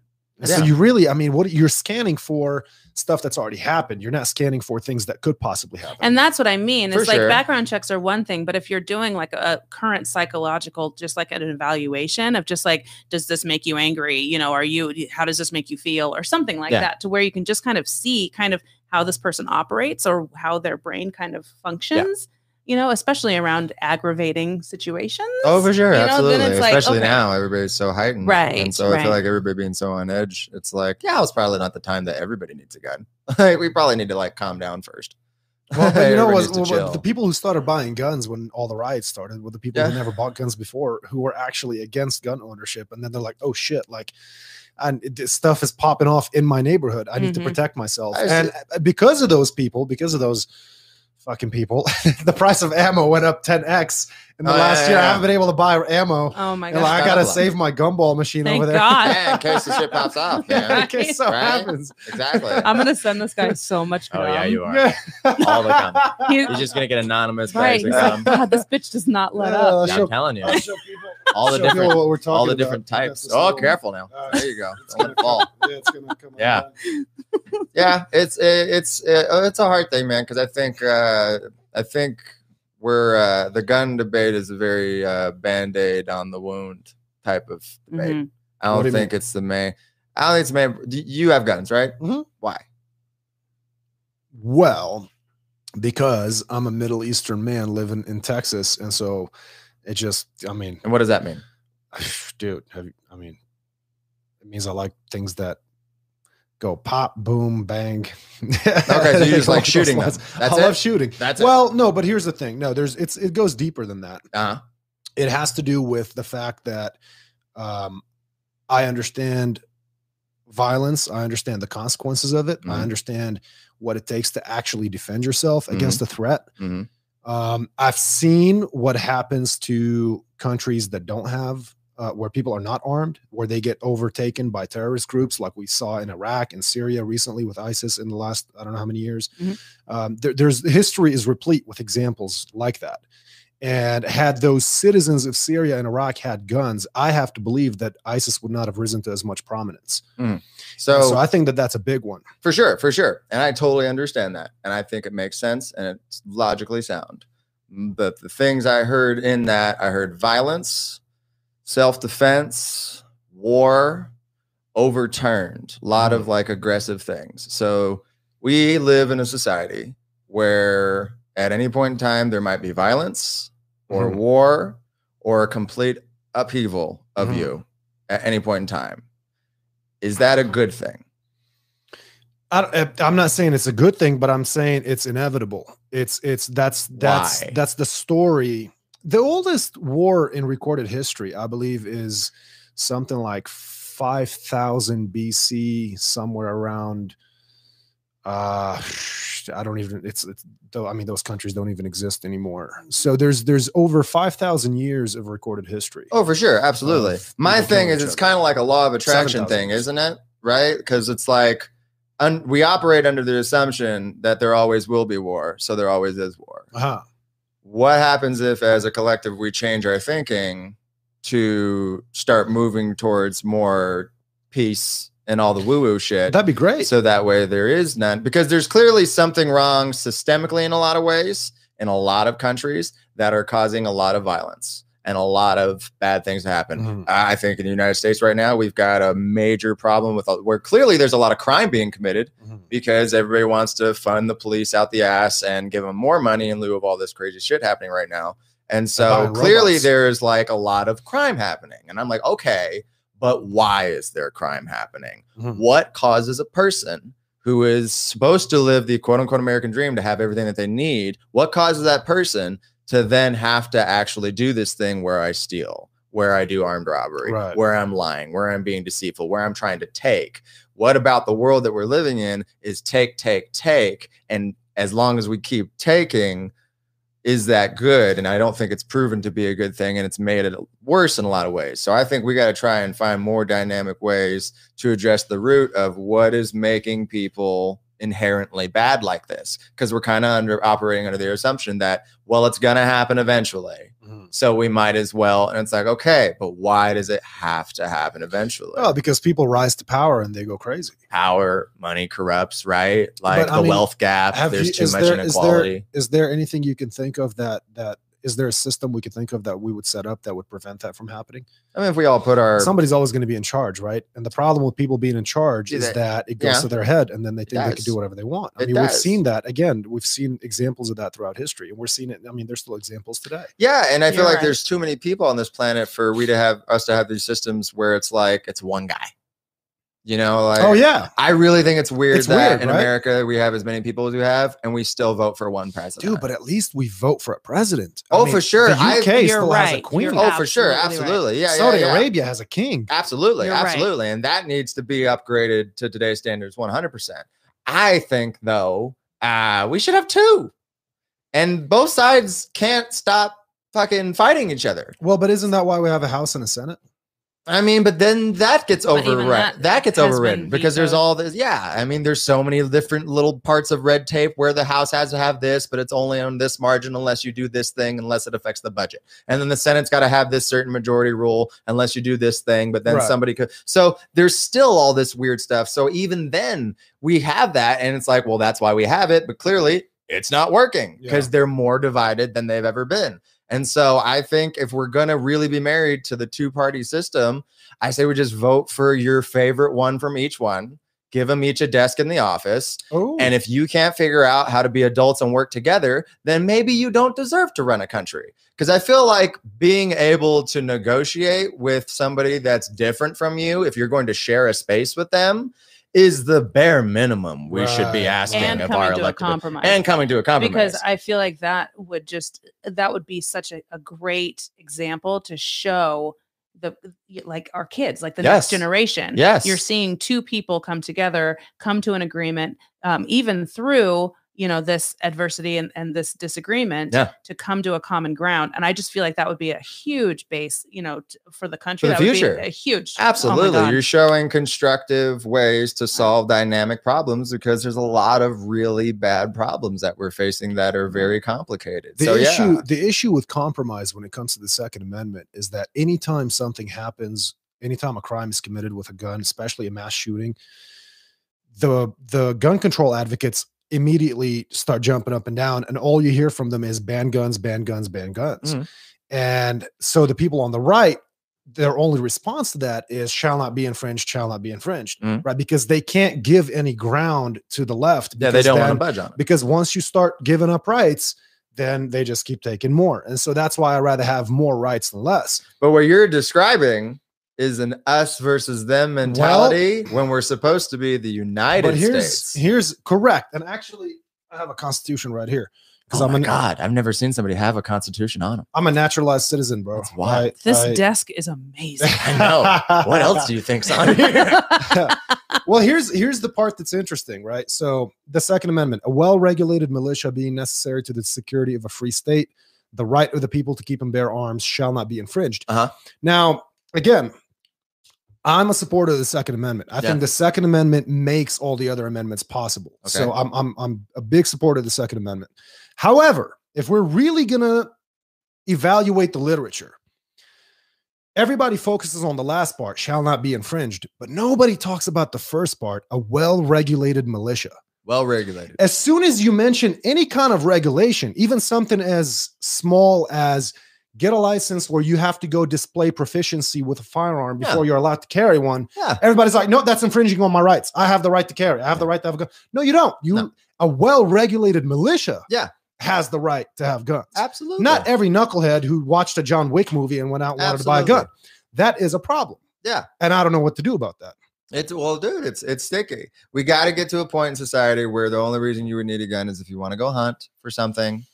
So you really, I mean, what you're scanning for stuff that's already happened. You're not scanning for things that could possibly happen.
and that's what I mean.
For
It's like
sure.
background checks are one thing, but if you're doing like a current psychological, just like an evaluation of just like, does this make you angry? You know, are you, how does this make you feel or something like
Yeah.
that to where you can just kind of see kind of how this person operates or how their brain kind of functions, you know, especially around aggravating situations.
Oh, for sure,
You know, then
absolutely.
it's like,
Especially
okay.
now, everybody's so heightened,
Right,
And so I
right.
feel like everybody being so on edge, it's like, yeah, it's probably not the time that everybody needs a gun. Like, we probably need to like calm down first.
well, but you know,
Everybody
was,
needs to
well, the
chill.
people who started buying guns when all the riots started were the people who
Yeah.
never bought guns before, who were actually against gun ownership, and then they're like, "Oh shit!" Like, and it- this stuff is popping off in my neighborhood. I need
Mhm.
to protect myself,
I see.
and uh, because of those people, because of those fucking people, the price of ammo went up 10x, in the
Oh, yeah,
last
yeah,
year, I
yeah.
haven't been able to buy ammo.
Oh my
and like,
god.
I gotta
Gotta love
save my gumball machine
Thank
over there.
God.
Yeah, in case the shit pops off,
yeah, in
man.
case so
Right?
happens.
Exactly.
I'm gonna send this guy so much.
Oh yeah,
gum.
you are.
Yeah.
All the gumball.
He-
You're just gonna get anonymous
right.
bags
He's
of gum.
like, God, this bitch does not let
Yeah,
up.
I'll
Yeah,
show-
I'm telling you,
I'll show people-
all the
show people
different,
what
all
we're
the
talking about.
different types.
This
Oh,
little-
careful now.
All right.
There you go.
uh, It's
Don't
gonna come-
fall.
Yeah, it's gonna come
Yeah.
online.
yeah it's it, it's it, uh, it's a hard thing man because i think uh i think we're uh the gun debate is a very uh band-aid on the wound type of debate
Mhm.
i
What
don't
do you
think it's the main i don't think it's the main y- you have guns right
Mhm.
why
Well, because I'm a Middle Eastern man living in Texas, and so it just, I mean,
and what does that mean
dude, have you, I mean, it means I like things that go pop, boom, bang. okay,
okay so you just like shooting them. that's
I love
it
shooting.
that's it.
well, no, but here's the thing. No, there's it's it goes deeper than that.
uh-huh.
It has to do with the fact that um, I understand violence. I understand the consequences of it. I
Mhm.
understand what it takes to actually defend yourself against a threat.
Mhm.
Um, I've seen what happens to countries that don't have, uh, where people are not armed, where they get overtaken by terrorist groups, like we saw in Iraq and Syria recently with ISIS in the last, I don't know how many years.
Mhm.
Um, there, there's history is replete with examples like that. And had those citizens of Syria and Iraq had guns, I have to believe that ISIS would not have risen to as much prominence.
so,
so I think that that's a big one.
for sure for sure and i totally understand that and i think it makes sense and it's logically sound but the things i heard in that i heard violence self-defense war overturned a lot of like aggressive things so we live in a society where at any point in time there might be violence or
Mhm.
war or a complete upheaval of
Mhm.
you at any point in time is that a good thing
I, don't- eh, I'm not saying it's a good thing, but I'm saying it's inevitable. It's it's that's that's
Why?
that's the story. The oldest war in recorded history, I believe, is something like 5,000 BC, somewhere around. Uh, I don't even. It's, it's though. I mean, those countries don't even exist anymore. So there's there's over 5,000 years of recorded history.
Oh, for sure, absolutely.
of
My thing
people killing
is,
each
it's
other.
kind of like a law of attraction
7,000
thing, isn't it? Right? Because it's like un- we operate under the assumption that there always will be war, so there always is war.
Uh-huh.
What happens if, as a collective, we change our thinking to start moving towards more peace and all the woo-woo shit?
That'd be great.
so that way there is none because there's clearly something wrong systemically in a lot of ways in a lot of countries that are causing a lot of violence and a lot of bad things to happen
Mhm.
i I think in the united states right now we've got a major problem with where clearly there's a lot of crime being committed
Mhm.
because everybody wants to fund the police out the ass and give them more money in lieu of all this crazy shit happening right now. And so
buying
clearly
robots.
there's like a lot of crime happening. And I'm like, okay, but why is there crime happening?
Mhm.
What causes a person who is supposed to live the quote unquote American dream to have everything that they need? What causes that person to then have to actually do this thing where I steal, where I do armed robbery,
Right.
where I'm lying, where I'm being deceitful, where I'm trying to take? what about the world that we're living in is take take take and as long as we keep taking is that good and i don't think it's proven to be a good thing and it's made it worse in a lot of ways so i think we got to try and find more dynamic ways to address the root of what is making people inherently bad like this because we're kind of under operating under the assumption that well it's going to happen eventually
Mhm.
so we might as well and it's like okay but why does it have to happen eventually
Well, Oh, because people rise to power and they go crazy.
power, money corrupts, right? Like
But, I
the
mean,
wealth gap.
have
There's
you-
too
is
much
there- is there-
inequality.
is there anything you can think of that that is there a system we could think of that we would set up that would prevent that from happening?
I mean, if we all put our
Somebody's always going to be in charge, right? And the problem with people being in charge
Yeah,
is
that-
that it goes
yeah.
to their head and then they think they can
does.
do whatever they want. I
It
mean, we've
does.
seen that again. We've seen examples of that throughout history, and we're seeing it. I mean, there's still examples today.
yeah, and I feel
You're
like
right.
there's too many people on this planet for we to have us to have these systems where it's like it's one guy. You know, like
oh yeah,
I really think it's weird
It's
that
weird,
in
right?
America we have as many people as we have, and we still vote for one president.
dude. But at least we vote for a president. I
Oh,
mean,
for sure.
The
I-
UK
You're
still has a
right.
queen.
You're
oh, for sure,
absolutely right.
absolutely, yeah,
Saudi
yeah, yeah.
Arabia has a king.
Absolutely,
You're right.
absolutely. And that needs to be upgraded to today's standards 100%. I think though, uh we should have two. And both sides can't stop fucking fighting each other.
Well, but isn't that why we have a House and a Senate?
I mean, but then that gets
But even
overridden. That,
that
gets
has been
overridden because there's
vetoed.
all this. Yeah, I mean, there's so many different little parts of red tape where the House has to have this, but it's only on this margin unless you do this thing, unless it affects the budget. And then the Senate's got to have this certain majority rule unless you do this thing, but then
Right.
somebody could. So there's still all this weird stuff. So even then, we have that, and it's like, well, that's why we have it, but clearly it's not working because they're more divided than they've ever been. And so I think if we're going to really be married to the two party system, I say we just vote for your favorite one from each one. Give them each a desk in the office.
Oh,
And if you can't figure out how to be adults and work together, then maybe you don't deserve to run a country. Because I feel like being able to negotiate with somebody that's different from you, if you're going to share a space with them, is the bare minimum we should be
Right.
asking
and
of
coming
our
to a
elected
compromise.
and coming to a compromise.
because I oh feel like that would just that would be such a, a great example to show the like our kids, like the
Yes.
next generation.
Yes.
You're seeing two people come together, come to an agreement, um, even through you know this adversity and, and this disagreement
Yeah.
to come to a common ground. And I just feel like that would be a huge base, you know, t- for the country.
the
that
future.
would be a huge oh my
Absolutely.
God.
You're showing constructive ways to solve dynamic problems because there's a lot of really bad problems that we're facing that
Mm-hmm.
are very complicated.
the
so,
issue
yeah.
the issue with compromise when it comes to the Second Amendment is that anytime something happens, anytime a crime is committed with a gun, especially a mass shooting, the the gun control advocates immediately start jumping up and down, and all you hear from them is ban guns, ban guns, ban guns.
Mhm.
And so the people on the right, their only response to that is shall not be infringed, shall not be infringed,
Mhm.
right? Because they can't give any ground to the left.
Yeah, they
because
don't want to
then-
budge on it.
because once you start giving up rights, then they just keep taking more. And so that's why I rather have more rights than less.
But what you're describing is an us versus them mentality when we're supposed to be the United
but here's
States.
here's correct. And actually, I have a constitution right here because
oh
I'm
my
an
God, I've never seen somebody have a constitution on them.
I'm a naturalized citizen, bro.
That's wild.
This
I-
desk is amazing.
I know. What else do you think's on here?
well, here's here's the part that's interesting, right? So the Second Amendment, a well-regulated militia being necessary to the security of a free state, the right of the people to keep and bear arms shall not be infringed.
Uh-huh.
Now, again, I'm a supporter of the Second Amendment. I
Yeah.
think the Second Amendment makes all the other amendments possible. So
Okay.
I'm I'm I'm a big supporter of the Second Amendment. However, if we're really gonna evaluate the literature. Everybody focuses on the last part, shall not be infringed, but nobody talks about the first part, a well regulated militia.
Well regulated.
As soon as you mention any kind of regulation, even something as small as get a license where you have to go display proficiency with a firearm
Yeah.
before you're allowed to carry one,
Yeah.
everybody's like, no, that's infringing on my rights. I have the right to carry. I have the right to have a gun. No, you don't. You
No.
a well regulated militia
Yeah.
has the right to have guns.
Absolutely.
Not every knucklehead who watched a John Wick movie and went out and wanted to buy a gun. That is a problem.
Yeah.
And I don't know what to do about that.
It's well, dude, it's it's sticky. We got to get to a point in society where the only reason you would need a gun is if you want to go hunt for something.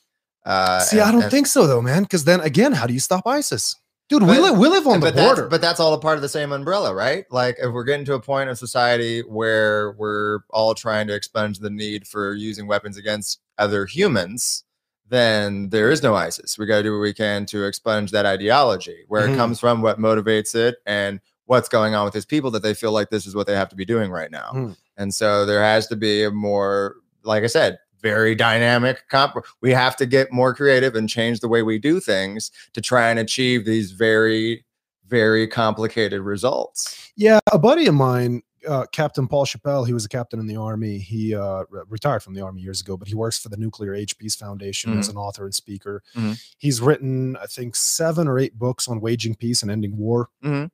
Uh,
See, I
and-
don't
and-
think so though, man. Because then again, how do you stop ISIS? Dude, we,
But-
li- we live on the
but that's,
border.
but that's all a part of the same umbrella, right? Like if we're getting to a point of society where we're all trying to expunge the need for using weapons against other humans, then there is no ISIS. We got to do what we can to expunge that ideology, where it
Mhm.
comes from, what motivates it, and what's going on with these people that they feel like this is what they have to be doing right now.
Mm.
And so there has to be a more, like I said, very dynamic comp. We have to get more creative and change the way we do things to try and achieve these very, very complicated results.
yeah, a buddy of mine, uh, Captain Paul Chappelle, he was a captain in the army. He uh, re- retired from the army years ago, but he works for the Nuclear Age Peace Foundation
Mm-hmm.
as an author and speaker.
Mhm.
He's written, I think, seven or eight books on waging peace and ending war.
Mhm.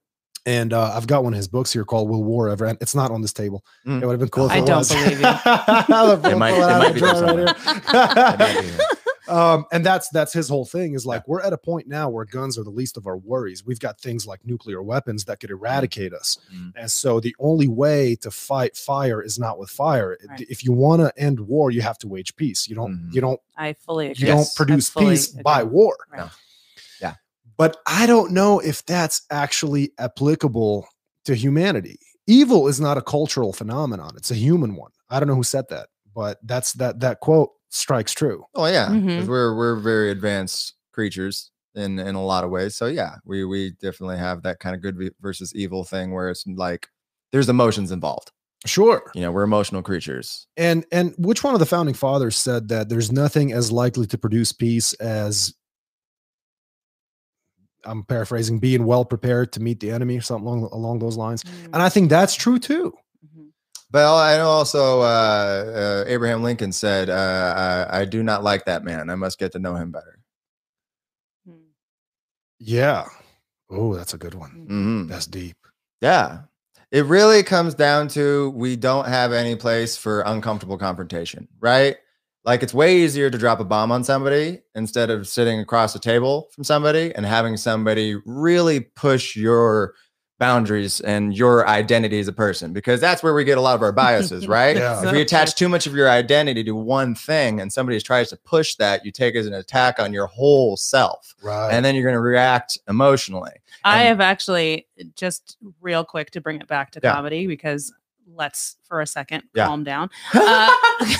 And uh, I've got one of his books here called "Will War Ever End?" It's not on this table.
Mhm.
It would have been cool. If
I
it
don't
was.
believe you.
The
It might-
pull
it
out
might
of
be
the
there
drawer
It might be
right
there.
here. um, and that's that's his whole thing is like we're at a point now where guns are the least of our worries. We've got things like nuclear weapons that could eradicate us,
Mm.
and so the only way to fight fire is not with fire.
Right.
If you want to end war, you have to wage peace. You don't
Mhm.
you don't
I fully
you
agree.
Yes.
don't produce
fully
peace by
agree.
war.
Right.
No. Yeah.
But I don't know if that's actually applicable to humanity. Evil is not a cultural phenomenon, it's a human one. I don't know who said that, but that's that that quote strikes true.
Oh yeah, 'cause
Mhm.
we're we're very advanced creatures in in a lot of ways. So yeah, we we definitely have that kind of good v- versus evil thing where it's like there's emotions involved.
Sure.
You know, we're emotional creatures.
And and which one of the founding fathers said that there's nothing as likely to produce peace as I'm paraphrasing being well prepared to meet the enemy or something along along those lines.
Mm.
And I think that's true too.
Mhm.
But al- I know also uh, uh, Abraham Lincoln said, uh, I, "I do not like that man. I must get to know him better."
Mhm.
Yeah. Oh, that's a good one.
hmm
That's deep.
Yeah. It really comes down to we don't have any place for uncomfortable confrontation, right? Like it's way easier to drop a bomb on somebody instead of sitting across the table from somebody and having somebody really push your boundaries and your identity as a person because that's where we get a lot of our biases, right?
Yeah.
If you attach too much of your identity to one thing and somebody tries to push that, you take it as an attack on your whole self.
Right.
And then you're going to react emotionally.
I
And-
have actually just real quick to bring it back to
Yeah.
comedy because let's for a second
Yeah.
calm down. Uh,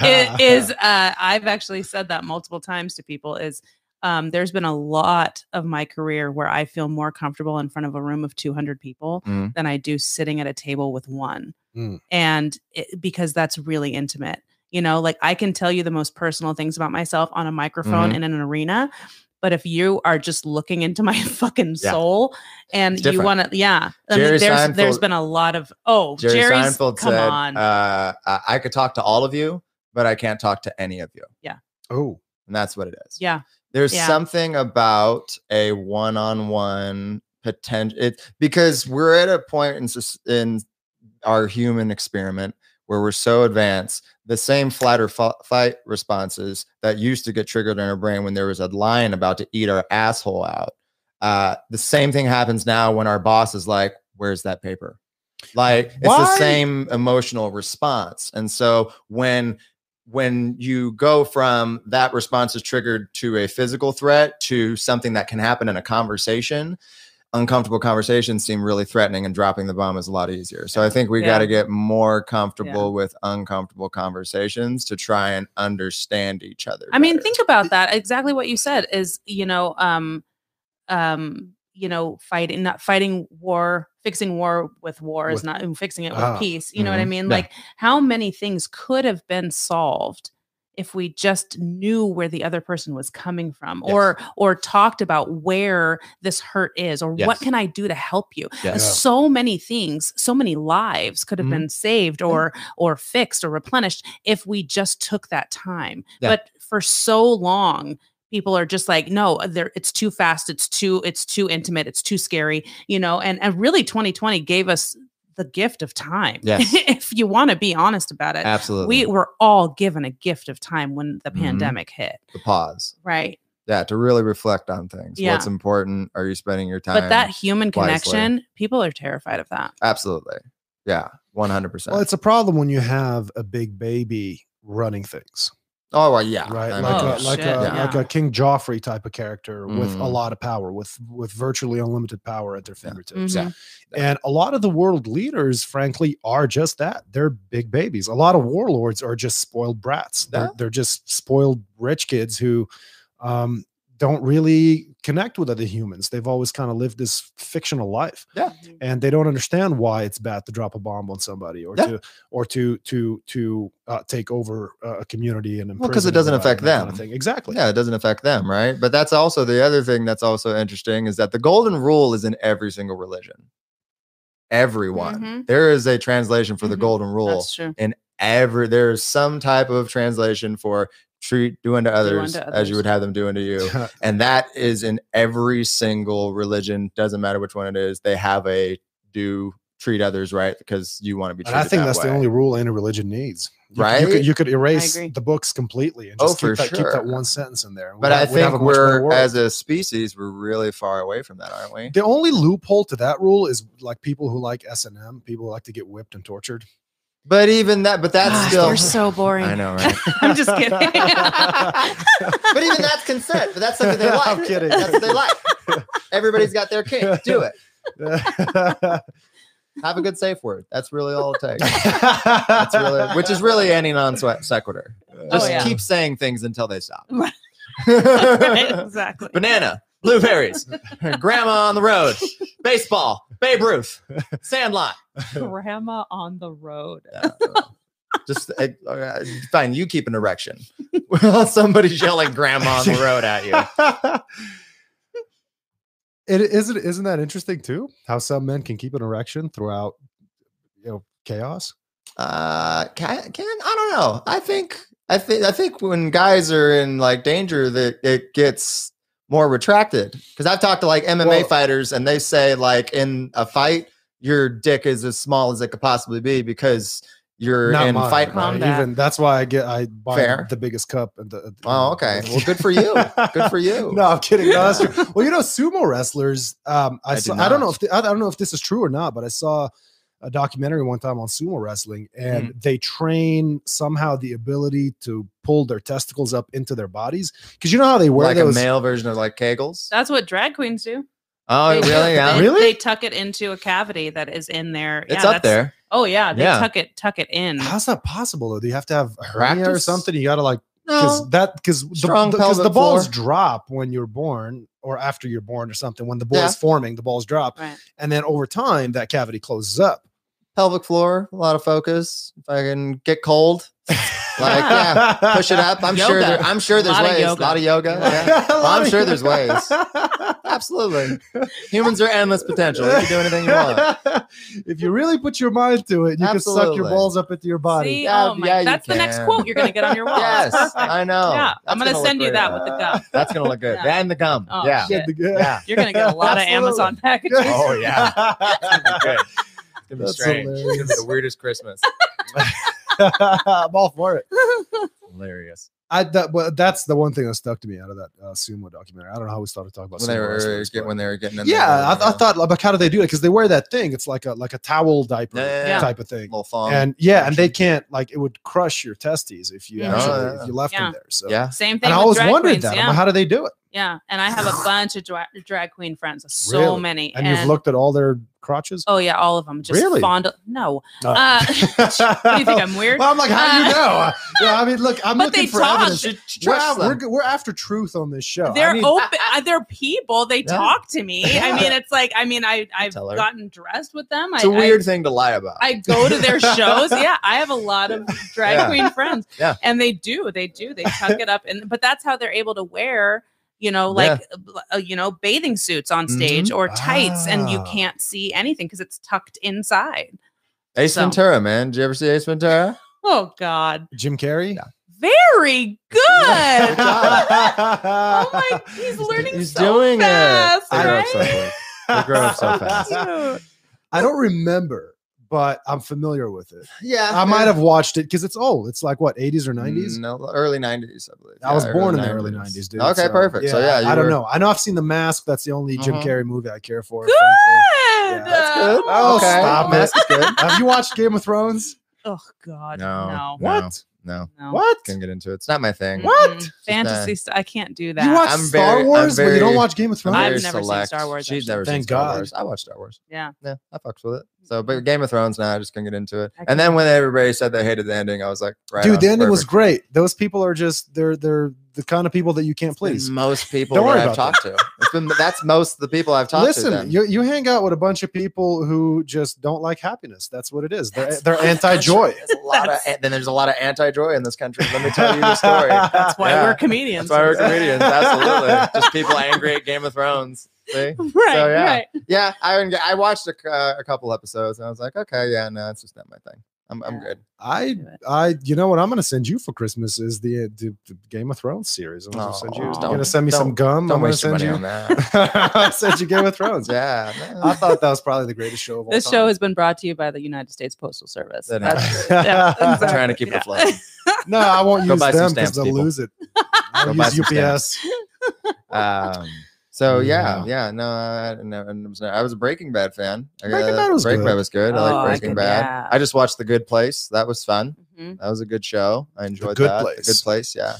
it is uh, I've actually said that multiple times to people is um, there's been a lot of my career where I feel more comfortable in front of a room of 200 people
Mm.
than I do sitting at a table with one.
Mm.
And it, because that's really intimate. You know, like I can tell you the most personal things about myself on a microphone
Mhm.
in an arena. But if you are just looking into my fucking
Yeah.
soul and
It's
you
different.
want to, yeah, I
Jerry
mean, there's, there's
Seinfeld-
been a lot of, oh,
Jerry
Jerry's,
Seinfeld
come
said,
on.
Uh, I-, I could talk to all of you, but I can't talk to any of you.
oh,
And that's what it is.
yeah.
There's
yeah.
something about a one on one potential, it, because we're at a point in, s- in our human experiment where we're so advanced, the same flight or fi- fight responses that used to get triggered in our brain when there was a lion about to eat our asshole out. Uh, the same thing happens now when our boss is like, Where's that paper? Like it's
Why?
the same emotional response. And so when when you go from that response is triggered to a physical threat to something that can happen in a conversation, uncomfortable conversations seem really threatening and dropping the bomb is a lot easier. So I think we
Yeah.
got to get more comfortable with uncomfortable conversations to try and understand each other.
I mean,
better.
think about that. Exactly what you said is, you know, um, um, you know, fighting, not fighting war, fixing war with war is
With-
not and fixing it with
Ah,
peace. You know what I
mhm.
mean?
Yeah.
Like how many things could have been solved if we just knew where the other person was coming from
Yes.
or or talked about where this hurt is or what
Yes.
can I do to help you?
Yes.
Yeah.
so many things so many lives could have
Mhm.
been saved or or fixed or replenished if we just took that time
Yeah.
but for so long people are just like no uh, there it's too fast it's too it's too intimate it's too scary you know and and really 2020 gave us the gift of time
Yes.
if you want to be honest about it
absolutely
we were all given a gift of time when the
Mhm.
pandemic hit
the pause.
right
Yeah, to really reflect on things.
Yeah.
What's important? Are you spending your time?
but that human
wisely.
connection people are terrified of that
absolutely. Yeah, one hundred
well,
percent.
it's a problem when you have a big baby running things,
Oh well, yeah,
right?
I
like
mean,
Oh,
a, like a
shit, yeah.
like a King Joffrey type of character with a
Mhm.
lot of power, with with virtually unlimited power at their fingertips.
Mhm.
yeah.
And a lot of the world leaders, frankly, are just that. They're big babies. A lot of warlords are just spoiled brats. They're,
Yeah.
they're just spoiled rich kids who um, don't really connect with other humans. They've always kind of lived this fictional life
Mm-hmm.
and they don't understand why it's bad to drop a bomb on somebody or
Yeah.
to or to to to uh, take over uh, a community and
Well, 'cause it
imprison
doesn't
everybody,
affect
that kind of
them.
thing. Exactly.
Yeah, it doesn't affect them, right? But that's also the other thing that's also interesting is that the golden rule is in every single religion. Everyone.
Mhm.
There is a translation for the
Mhm.
golden rule.
that's true
Every there is some type of translation for treat do unto others,
unto
as
others.
you would have them do unto you. And that is in every single religion, doesn't matter which one it is. They have a do treat others right because you want to be
And
treated
I think
that
that's the
way.
only rule any religion needs. You c- You
Right?
could, you could erase
agree.
the books completely and
Oh,
just keep,
for
that, keep that
sure.
one sentence in there.
But
We'd
I
have- we'd have
think
a much better
we're
world.
as a species, we're really far away from that, aren't we?
the only loophole to that rule is like people who like S and M, people who like to get whipped and tortured.
But even that, but that's
Gosh,
still
We're so boring.
I know, right?
I'm just kidding. but
but even that's consent. But that's something they like.
I'm kidding.
That's what they like. Everybody's got their king. Do it.
that's
Have a good safe word. That's really all it takes. That's really, which is really any non sequitur. Just
yeah.
keep saying things until they stop.
Right? exactly.
Banana, blueberries, grandma on the road, baseball, Babe Ruth, Sandlot.
Grandma on the road.
Yeah, uh, just I, uh, fine. You keep an erection. Well, somebody's yelling "grandma" on the road at you.
it isn't isn't that interesting too? How some men can keep an erection throughout you know chaos.
Uh, can, can I don't know. I think I think I think when guys are in like danger, that it gets more retracted. Because I've talked to like MMA
Well-
fighters, and they say like in a fight, your dick is as small as it could possibly be because you're in
mine,
fight
right?
mode.
Combat.
Even that's why I get I buy
Fair.
the biggest cup. At the, at the-
Oh, okay. Well, good for you. Good for you.
No, I'm kidding. No, that's true. Well, you know, sumo wrestlers. Um, I,
I do
saw, I don't know
not.
if the, I don't know if this is true or not, but I saw a documentary one time on sumo wrestling, and
Mm.
they train somehow the ability to pull their testicles up into their bodies because you know how they wear
like
those.
a male version of like Kegels.
That's what drag queens do.
Oh,
They do.
really?
They,
Yeah.
Really?
They tuck it into a cavity that is in there.
It's
yeah,
up
that's-
there.
Oh yeah, they
Yeah.
tuck it tuck it in.
How's that possible though? Do you have to have a hernia or
Practice?
something? You gotta like because that because
Strong
the, because the
pelvic
balls
floor.
drop when you're born or after you're born or something. When the ball
Yeah.
is forming, the balls drop,
Right.
and then over time that cavity closes up.
pelvic floor, a lot of focus. If I can get cold, like yeah, push it up. I'm sure.
Yoga.
There, I'm sure there's
Lot of
ways. A
yoga.
lot of yoga. yeah. Well, I'm sure there's ways. Absolutely. Humans are endless potential. You can do anything you want.
if you really put your mind to it, you can suck your
Absolutely.
balls up into your body.
See,
Yeah,
oh my,
yeah, you
that's the next
can.
quote you're gonna get on your wall. That's
Yes,
perfect.
I know.
Yeah,
That's
I'm gonna
look
send you
great.
that with the gum.
That's gonna look good.
Yeah.
And the gum.
Oh,
yeah.
shit.
Get the good-
Yeah.
You're gonna get a lot of
Absolutely.
Amazon packages.
Oh, yeah. Good. It's gonna be
That's
strange. It's gonna be
hilarious.
the weirdest Christmas.
I'm all for it.
Hilarious.
I that, well, that's the one thing that stuck to me out of that uh, sumo documentary. I don't know how we started talking about
When
sumo
they were
wrestlers,
get,
but-
when they were getting in there, uh,
yeah, I,
you
I
know,
thought like how do they do it? Because they wear that thing. It's like a like a towel diaper
Yeah, yeah, yeah.
type of thing.
little thong.
and yeah, and they
action.
can't like it would crush your testes if you
Yeah.
actually
Oh, yeah.
if you left
Yeah.
them there. So
yeah.
Same thing.
and I
with
always
drag
wondered
queens,
that. I'm
Yeah.
like, how do they do it?
yeah, and I have a bunch of dra- drag queen friends, so
Really?
many.
And, you've looked at all their crotches.
Oh yeah, all of them. Just
Really?
fondle. No,
No.
uh, what do you think I'm weird?
well, I'm like, how do you
Uh,
know? yeah, I mean, look, I'm
but
looking
they
for
talk.
evidence.
Should- should
We're,
trust them.
we're, we're after truth on this show. I
they're
need-
open. uh, they're people. They
Yeah.
talk to me.
Yeah.
I mean, it's like I mean, I I've
Tell her.
gotten dressed with them.
It's
I,
a weird thing to lie about.
I, I go to their shows. Yeah, I have a lot of drag
Yeah.
queen friends.
Yeah.
and they do. They do. They tuck it up, and but that's how they're able to wear. You know, like uh, you know, bathing suits on stage
Mm-hmm.
or tights, and you
Ah.
can't see anything because it's tucked inside.
Ace
So-
Ventura, man. Did you ever see Ace Ventura?
Oh God,
Jim Carrey.
very good. Oh
oh
my, he's learning
he's
so
doing it.
fast,
They grow up
right?
so quick. They grow up so fast.
Cute.
I don't remember, but I'm familiar with it.
Yeah,
I might have watched it because it's old. It's like what 80s or 90s.
Mm, No, early nineties, I believe.
I was
Yeah,
born in the Mm, early 90s, dude.
Okay,
so, Mm-hmm.
perfect. so yeah,
I don't
were-
know. I know I've seen The Mask. That's the only Jim
Mhm.
Carrey movie I care for.
Good.
frankly.
Good.
That's good.
Oh,
okay.
stop
That's
it.
good.
Have you watched Game of Thrones?
Oh God,
No,
no,
no,
What?
No,
no.
What?
can't get into it. It's not my thing.
What?
Mm-mm. Fantasy stuff. I can't do that.
You watch
I'm
Star
very- I'm
Wars, but you don't
very-
watch Game of
I'm
Thrones.
I've
very
never seen Star Wars,
She's
actually.
never seen
Thank
Star
God.
Wars. I watched Star Wars.
yeah.
Yeah, I fucks with it. So, but Game of Thrones, now I just couldn't get into it.
I
And then when everybody said they hated the ending, I was like, right
Dude,
on,
the ending was
perfect.
great. Those people are just they're they're the kind of people that you can't please.
most people
Don't worry
that I've
about
talked to. It's been that's most of the people I've talked to.
Listen,
then.
you, you hang out with a bunch of people who just don't like happiness. That's what it is. They're, they're anti joy.
There's a lot of,
That's-
then there's a lot of anti-joy in this country. Let me tell you the story.
That's why
Yeah.
we're comedians.
That's why we're comedians. Absolutely, just people angry at Game of Thrones. See?
right.
So, yeah.
Right.
Yeah, I didn't get- I watched a, c- uh, a couple episodes and I was like, okay, yeah, no, it's just not my thing. I'm, I'm
Yeah.
good.
I I you know what I'm gonna send you for Christmas is the the, the Game of Thrones series. I'm gonna send you.
Aw,
You're
don't-
gonna send me some
Oh, don't-
gum. I'm
Don't
gonna
waste your money
send you.
on that.
I sent you Game of Thrones.
yeah,
I
no.
thought that was probably the greatest show of all
This
time.
show has been brought to you by the United States Postal Service.
That
That's-
is-
yeah, exactly.
trying to keep it
Yeah.
afloat.
no, I won't
Go
use
buy some
them because
stamps,
they'll
people.
lose it.
Go
I'll
buy
use
some
UPS.
Um, so yeah,
Yeah.
yeah, no, I, no, I was- I was a Breaking Bad fan. I
Breaking
gotta-
Bad was
Breaking
good.
Bad was good. I
Oh, I
like Breaking
could-
Bad.
yeah.
I just watched The Good Place. That was fun.
Mhm.
That was a good show. I enjoyed
Good
that. The
Place.
Good Place. Yeah.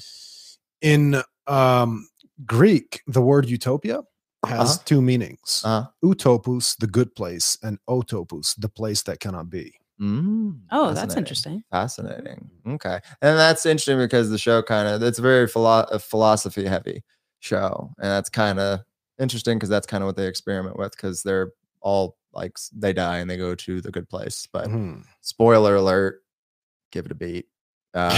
In um, Greek, the word utopia has
Uh-huh.
two meanings:
Uh-huh.
utopus, the good place, and otopus, the place that cannot be.
Mm,
Oh, that's
fascinating.
interesting.
Fascinating. Okay, and that's interesting because the show kind of it's a very philo- a philosophy heavy show, and that's kind of interesting because that's kind of what they experiment with because they're all like s- they die and they go to the good place. But
Mm-hmm.
Mhm.
spoiler alert, give it a beat. Um,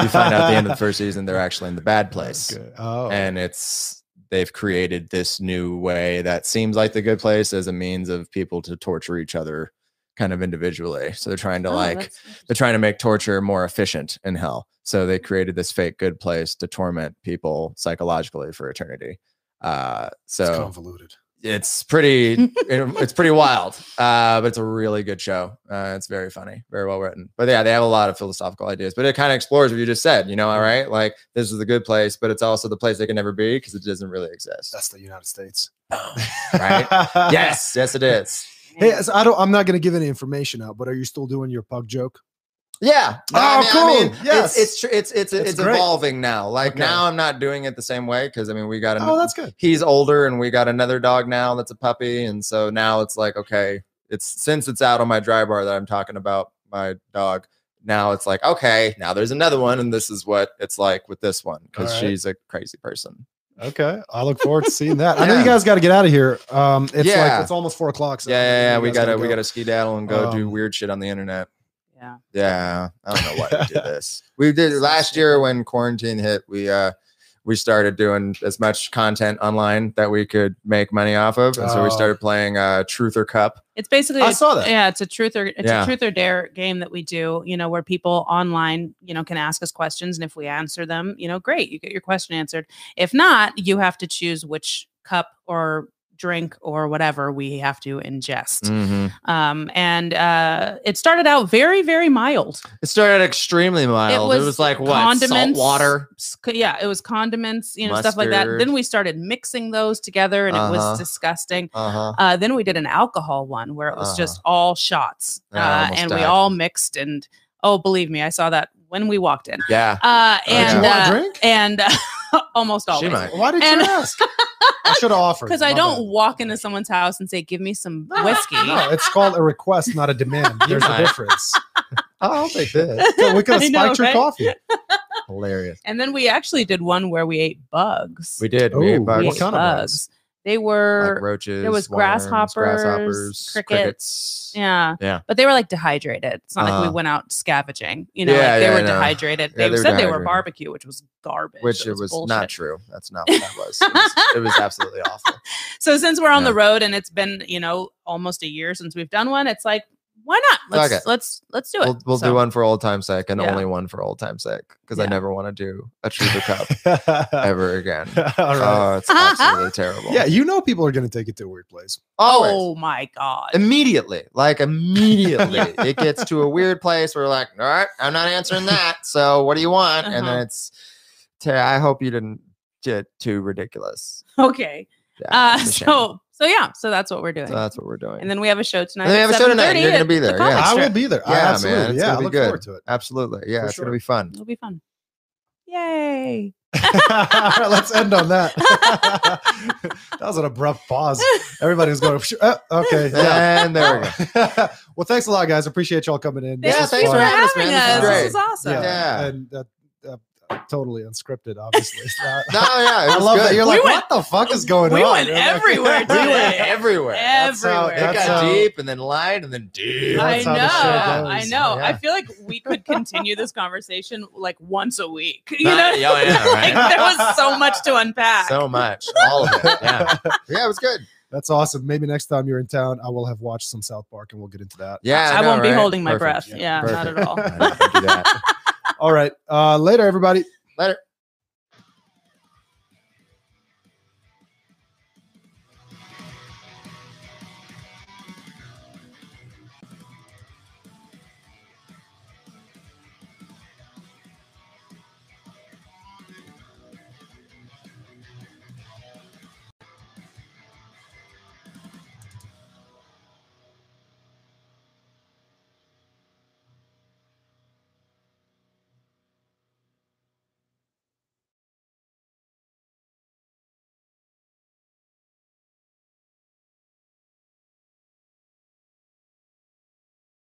you find out at the end of the first season they're actually in the bad place
Okay. Oh,
and it's they've created this new way that seems like the good place as a means of people to torture each other kind of individually so they're trying to
Oh,
like
that's
they're trying to make torture more efficient in hell so they created this fake good place to torment people psychologically for eternity uh
it's
so
convoluted.
it's pretty it- it's pretty wild uh but it's a really good show uh it's very funny very well written but yeah they have a lot of philosophical ideas but it kind of explores what you just said you know all right like this is the good place but it's also the place they can never be because it doesn't really exist
That's the United States,
right yes yes it is
Hey,
interesting.
so I don't. I'm not going to give any information out, but are you still doing your pug joke?
yeah
Oh, cool.
yes
Yes.
it's tr- it's it's it's,
That's
it's
great.
evolving now like
Okay.
now i'm not doing it the same way because i mean we got an,
Oh, that's good.
he's older and we got another dog now that's a puppy and so now it's like okay it's since it's out on my dry bar that i'm talking about my dog now it's like okay now there's another one and this is what it's like with this one because
Alright.
she's a crazy person
Okay, I look forward to seeing that. I know you
Yeah.
guys got to get out of here. Um, it's
Yeah.
like it's almost four o'clock. So
yeah
I
yeah, yeah
think
we
you guys
gotta we
go.
gotta skedaddle and go do
Um,
weird shit on the internet
Yeah.
Yeah, I don't know why we did this. We did last year when quarantine hit. We uh we started doing as much content online that we could make money off of, and so
Oh.
we started playing uh Truth or Cup.
It's basically
I
a-
saw that.
Yeah, it's a truth or it's
Yeah.
a truth or dare game that we do, you know, where people online, you know, can ask us questions and if we answer them, you know, great, you get your question answered. If not, you have to choose which cup or drink or whatever we have to ingest.
Mm.
Mm-hmm.
Um and uh it started out very very mild.
It started extremely mild. It was, like what salt
condiments,
water.
s- c- Yeah, it was condiments, you know, stuff like that.
Mustard.
Then we started mixing those together and it
Uh-huh.
was disgusting.
Uh
Uh-huh.
huh.
Uh, then we did an alcohol one where it was just all shots,
Yeah, Uh-huh. I
uh,
almost
and
died.
we all mixed. And oh, believe me, I saw that when we walked in.
Yeah.
Uh,
Oh, yeah.
and
Did you
want a
uh,
drink?
and almost
She
always
might.
Why did
And-
you ask? I should have offered
because I
My
don't
bad.
walk into someone's house and say, "Give me some whiskey."
No, it's called a request, not a demand. There's a
might.
difference.
I'll take this.
So we could have
I
spiked
know,
your
right?
coffee.
Hilarious.
And then we actually did one where we ate bugs.
We did. we
Ooh,
ate
what
bugs,
We
What
ate
kind of bugs?
They
like
were
roaches.
was
worms,
grasshoppers,
grasshoppers,
crickets. yeah.
Yeah.
But they were like dehydrated. It's not like
Uh-huh.
we went out scavenging. You know,
Yeah,
like they
yeah, I
were
know.
dehydrated.
Yeah,
They,
they were
said they were
dehydrated.
barbecue, which was garbage.
Which it was not
bullshit.
true. That's not what that was. It was, it was absolutely awful.
So since we're on
Yeah.
the road and it's been, you know, almost a year since we've done one, it's like, why not? Let's
Fuck it.
let's let's do it.
We'll, we'll
So,
do one for old time's sake and
Yeah.
only one for old time's sake because I
Yeah.
never want to do a truth or cup
All
ever again.
right.
Oh, it's absolutely terrible.
yeah, you know people are going to take it to a weird place.
Always.
Oh my god.
Immediately. Like immediately. it gets to a weird place where like, all right, I'm not answering that. So what do you want? And then
Uh-huh.
it's, ter- I hope you didn't get too ridiculous.
Okay.
Yeah,
Uh
it's a shame.
so so yeah, so that's what we're doing.
So that's what we're doing.
and then we have a show tonight.
then we
at
have a show tonight, and
7:30
you're gonna
at
be
the
there, yeah.
comic
I will
strip.
be there. I
Yeah, man,
absolutely.
it's
yeah,
gonna
I
be
look
good.
forward to it.
Absolutely. Yeah,
For
it's
sure.
gonna be fun.
It'll be fun. Yay.
All right, let's end on that. that was an abrupt pause. Everybody was going, "Phew, uh, okay. Yeah.
And there we go.
well, thanks a lot, guys. Appreciate y'all coming in.
Yeah,
was
thanks
fun.
for having us,
having
man.
us.
This is
This is
great.
awesome.
Yeah.
And uh, uh, totally unscripted, obviously.
No, yeah, it
I
was
love
good.
that. You're
We
like,
went-
what the fuck is going
we
on?
went
You're like-
everywhere
we went
today.
everywhere.
That's how-
Everywhere.
It got
That's how-
deep and then light and then deep.
I
That's
know.
how the show
I
goes.
know. I
Yeah.
feel like we could continue this conversation like once a week. You
Nah,
know,
yeah, oh, yeah,
like
right.
there was so much to unpack.
So much. All of it. Yeah. Yeah, it was good.
That's awesome. Maybe next time you're in town, I will have watched some South Park and we'll get into that.
Yeah.
I
know,
won't be
right?
holding my
Perfect.
breath. Yeah, not
Perfect.
at all.
I know, I can do that.
All right. Uh, later, everybody.
Later.